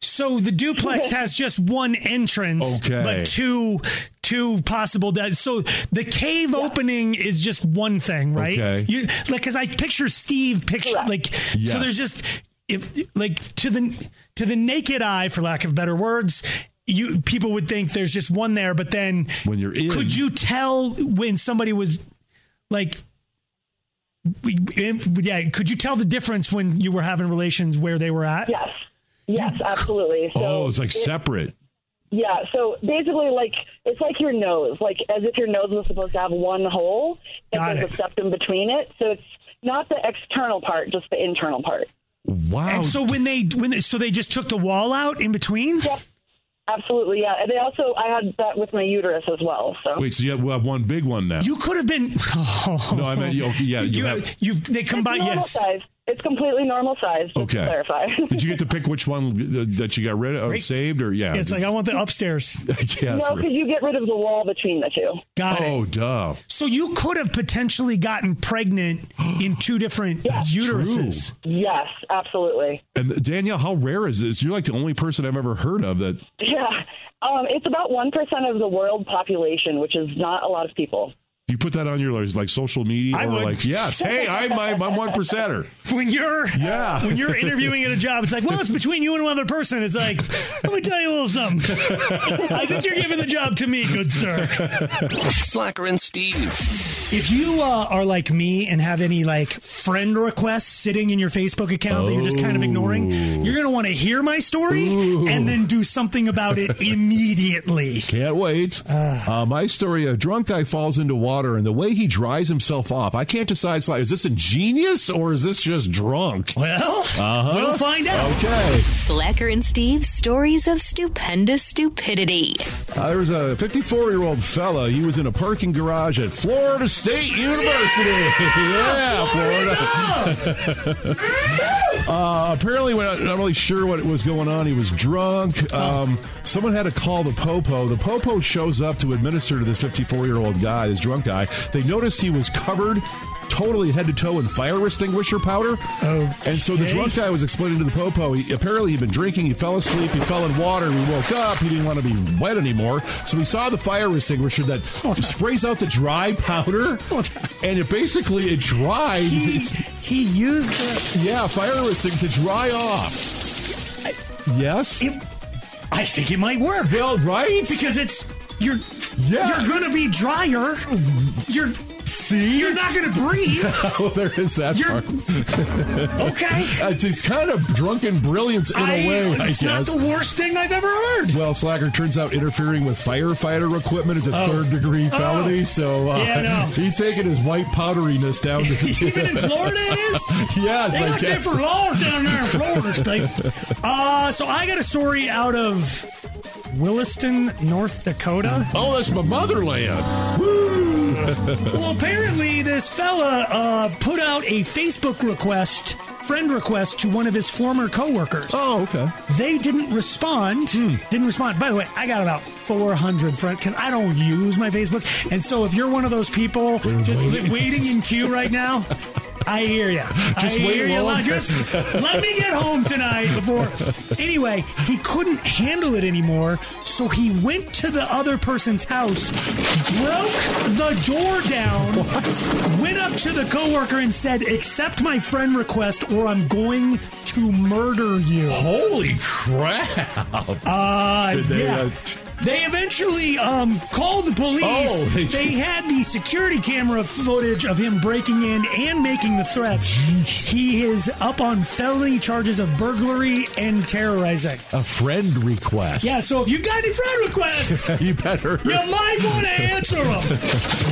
So the duplex has just one entrance, Okay. but two two possible. De- so the cave opening is just one thing, right? Okay. You like because I picture Steve picture like so. There's just if like to the to the naked eye, for lack of better words. You people would think there's just one there, but then when you're in, could you tell when somebody was like we- we- Yeah, could you tell the difference when you were having relations where they were at? Yes. Yes, absolutely. So oh, it's like separate. Yeah, so basically, like it's like your nose, like as if your nose was supposed to have one hole and Got there's a septum between it. So it's not the external part, just the internal part. Wow. And so when they when they, so they just took the wall out in between? Absolutely, yeah. And they also, I had that with my uterus as well. So Wait, so you have, we'll have one big one now. You could have been no, I meant, you- okay, yeah, you, You- have. you've, they combine, normal yes. size. It's completely normal size. Just Okay. To clarify. Did you get to pick which one th- that you got rid of, or Right. saved, or yeah? Yeah, it's like I want the upstairs. I guess. no, because you get rid of the wall between the two. Got it. oh, duh. So you could have potentially gotten pregnant in two different uteruses. Yes, absolutely. And Danielle, how rare is this? You're like the only person I've ever heard of that. Yeah, um, it's about one percent of the world population, which is not a lot of people. You put that on your like social media, I or would. like, yes, hey, I'm I'm I'm one percenter. When you're Yeah. when you're interviewing at a job, it's like, well, it's between you and one other person. It's like, let me tell you a little something. I think you're giving the job to me, good sir. Slacker and Steve. If you uh, are like me and have any like friend requests sitting in your Facebook account that you're just kind of ignoring, you're going to want to hear my story and then do something about it immediately. Ah. Can't wait. Uh, my story: a drunk guy falls into water hair and the way he dries himself off, I can't decide. it's like, Is this a genius or is this just drunk? Well, uh-huh. we'll find out. Okay. Slacker and Steve's stories of stupendous stupidity. Uh, there was a 54 year old fella. He was in a parking garage at Florida State University. Yeah, Florida. uh, apparently, we're not, not really sure what was going on. He was drunk. Um, someone had to call the popo. The popo shows up to administer to this 54 year old guy, this drunk guy. They noticed he was covered. Totally head to toe in fire extinguisher powder. And so the Okay. drunk guy was explaining to the popo. He, apparently, he'd been drinking. He fell asleep. He fell in water. He woke up. He didn't want to be wet anymore. So he saw the fire extinguisher that sprays out the dry powder, and it basically it dried. He, he used the yeah fire extinguisher to dry off. Yes, I think it might work. Well, right? Because it's you're you're gonna be drier. You're see you're not gonna breathe. well, there is that You're- part. Okay. it's, it's kind of drunken brilliance in a I- way. I it's guess. not the worst thing I've ever heard. Well, Slacker turns out interfering with firefighter equipment is a Oh. third degree Oh. felony, so uh, Yeah, no. he's taking his white powderiness down. To Even in Florida, it is. yes, they I got guess. different laws down there in Florida, Steve. Uh, so I got a story out of Williston, North Dakota. Oh, that's my motherland. well, apparently, this fella uh, put out a Facebook request, friend request to one of his former coworkers. Oh, okay. Hmm. They didn't respond. Didn't respond. By the way, I got about 400 friends because I don't use my Facebook. And so if you're one of those people just waiting. waiting, in queue right now, I hear you. Just I wait hear you. long. Just let me get home tonight before. Anyway, he couldn't handle it anymore, so he went to the other person's house, broke the door down, went up to the coworker and said, "Accept my friend request, or I'm going to murder you." Holy crap! Uh, Did they, yeah. uh, they eventually um, called the police. Oh, they- they, had the security camera footage of him breaking in and making the threats. He is up on felony charges of burglary and terrorizing. A friend request. Yeah, so if you got any friend requests, you better. you might want to answer them.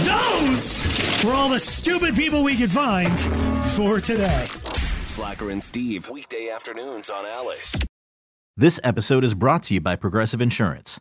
Those were all the stupid people we could find for today. Slacker and Steve, weekday afternoons on Alice. This episode is brought to you by Progressive Insurance.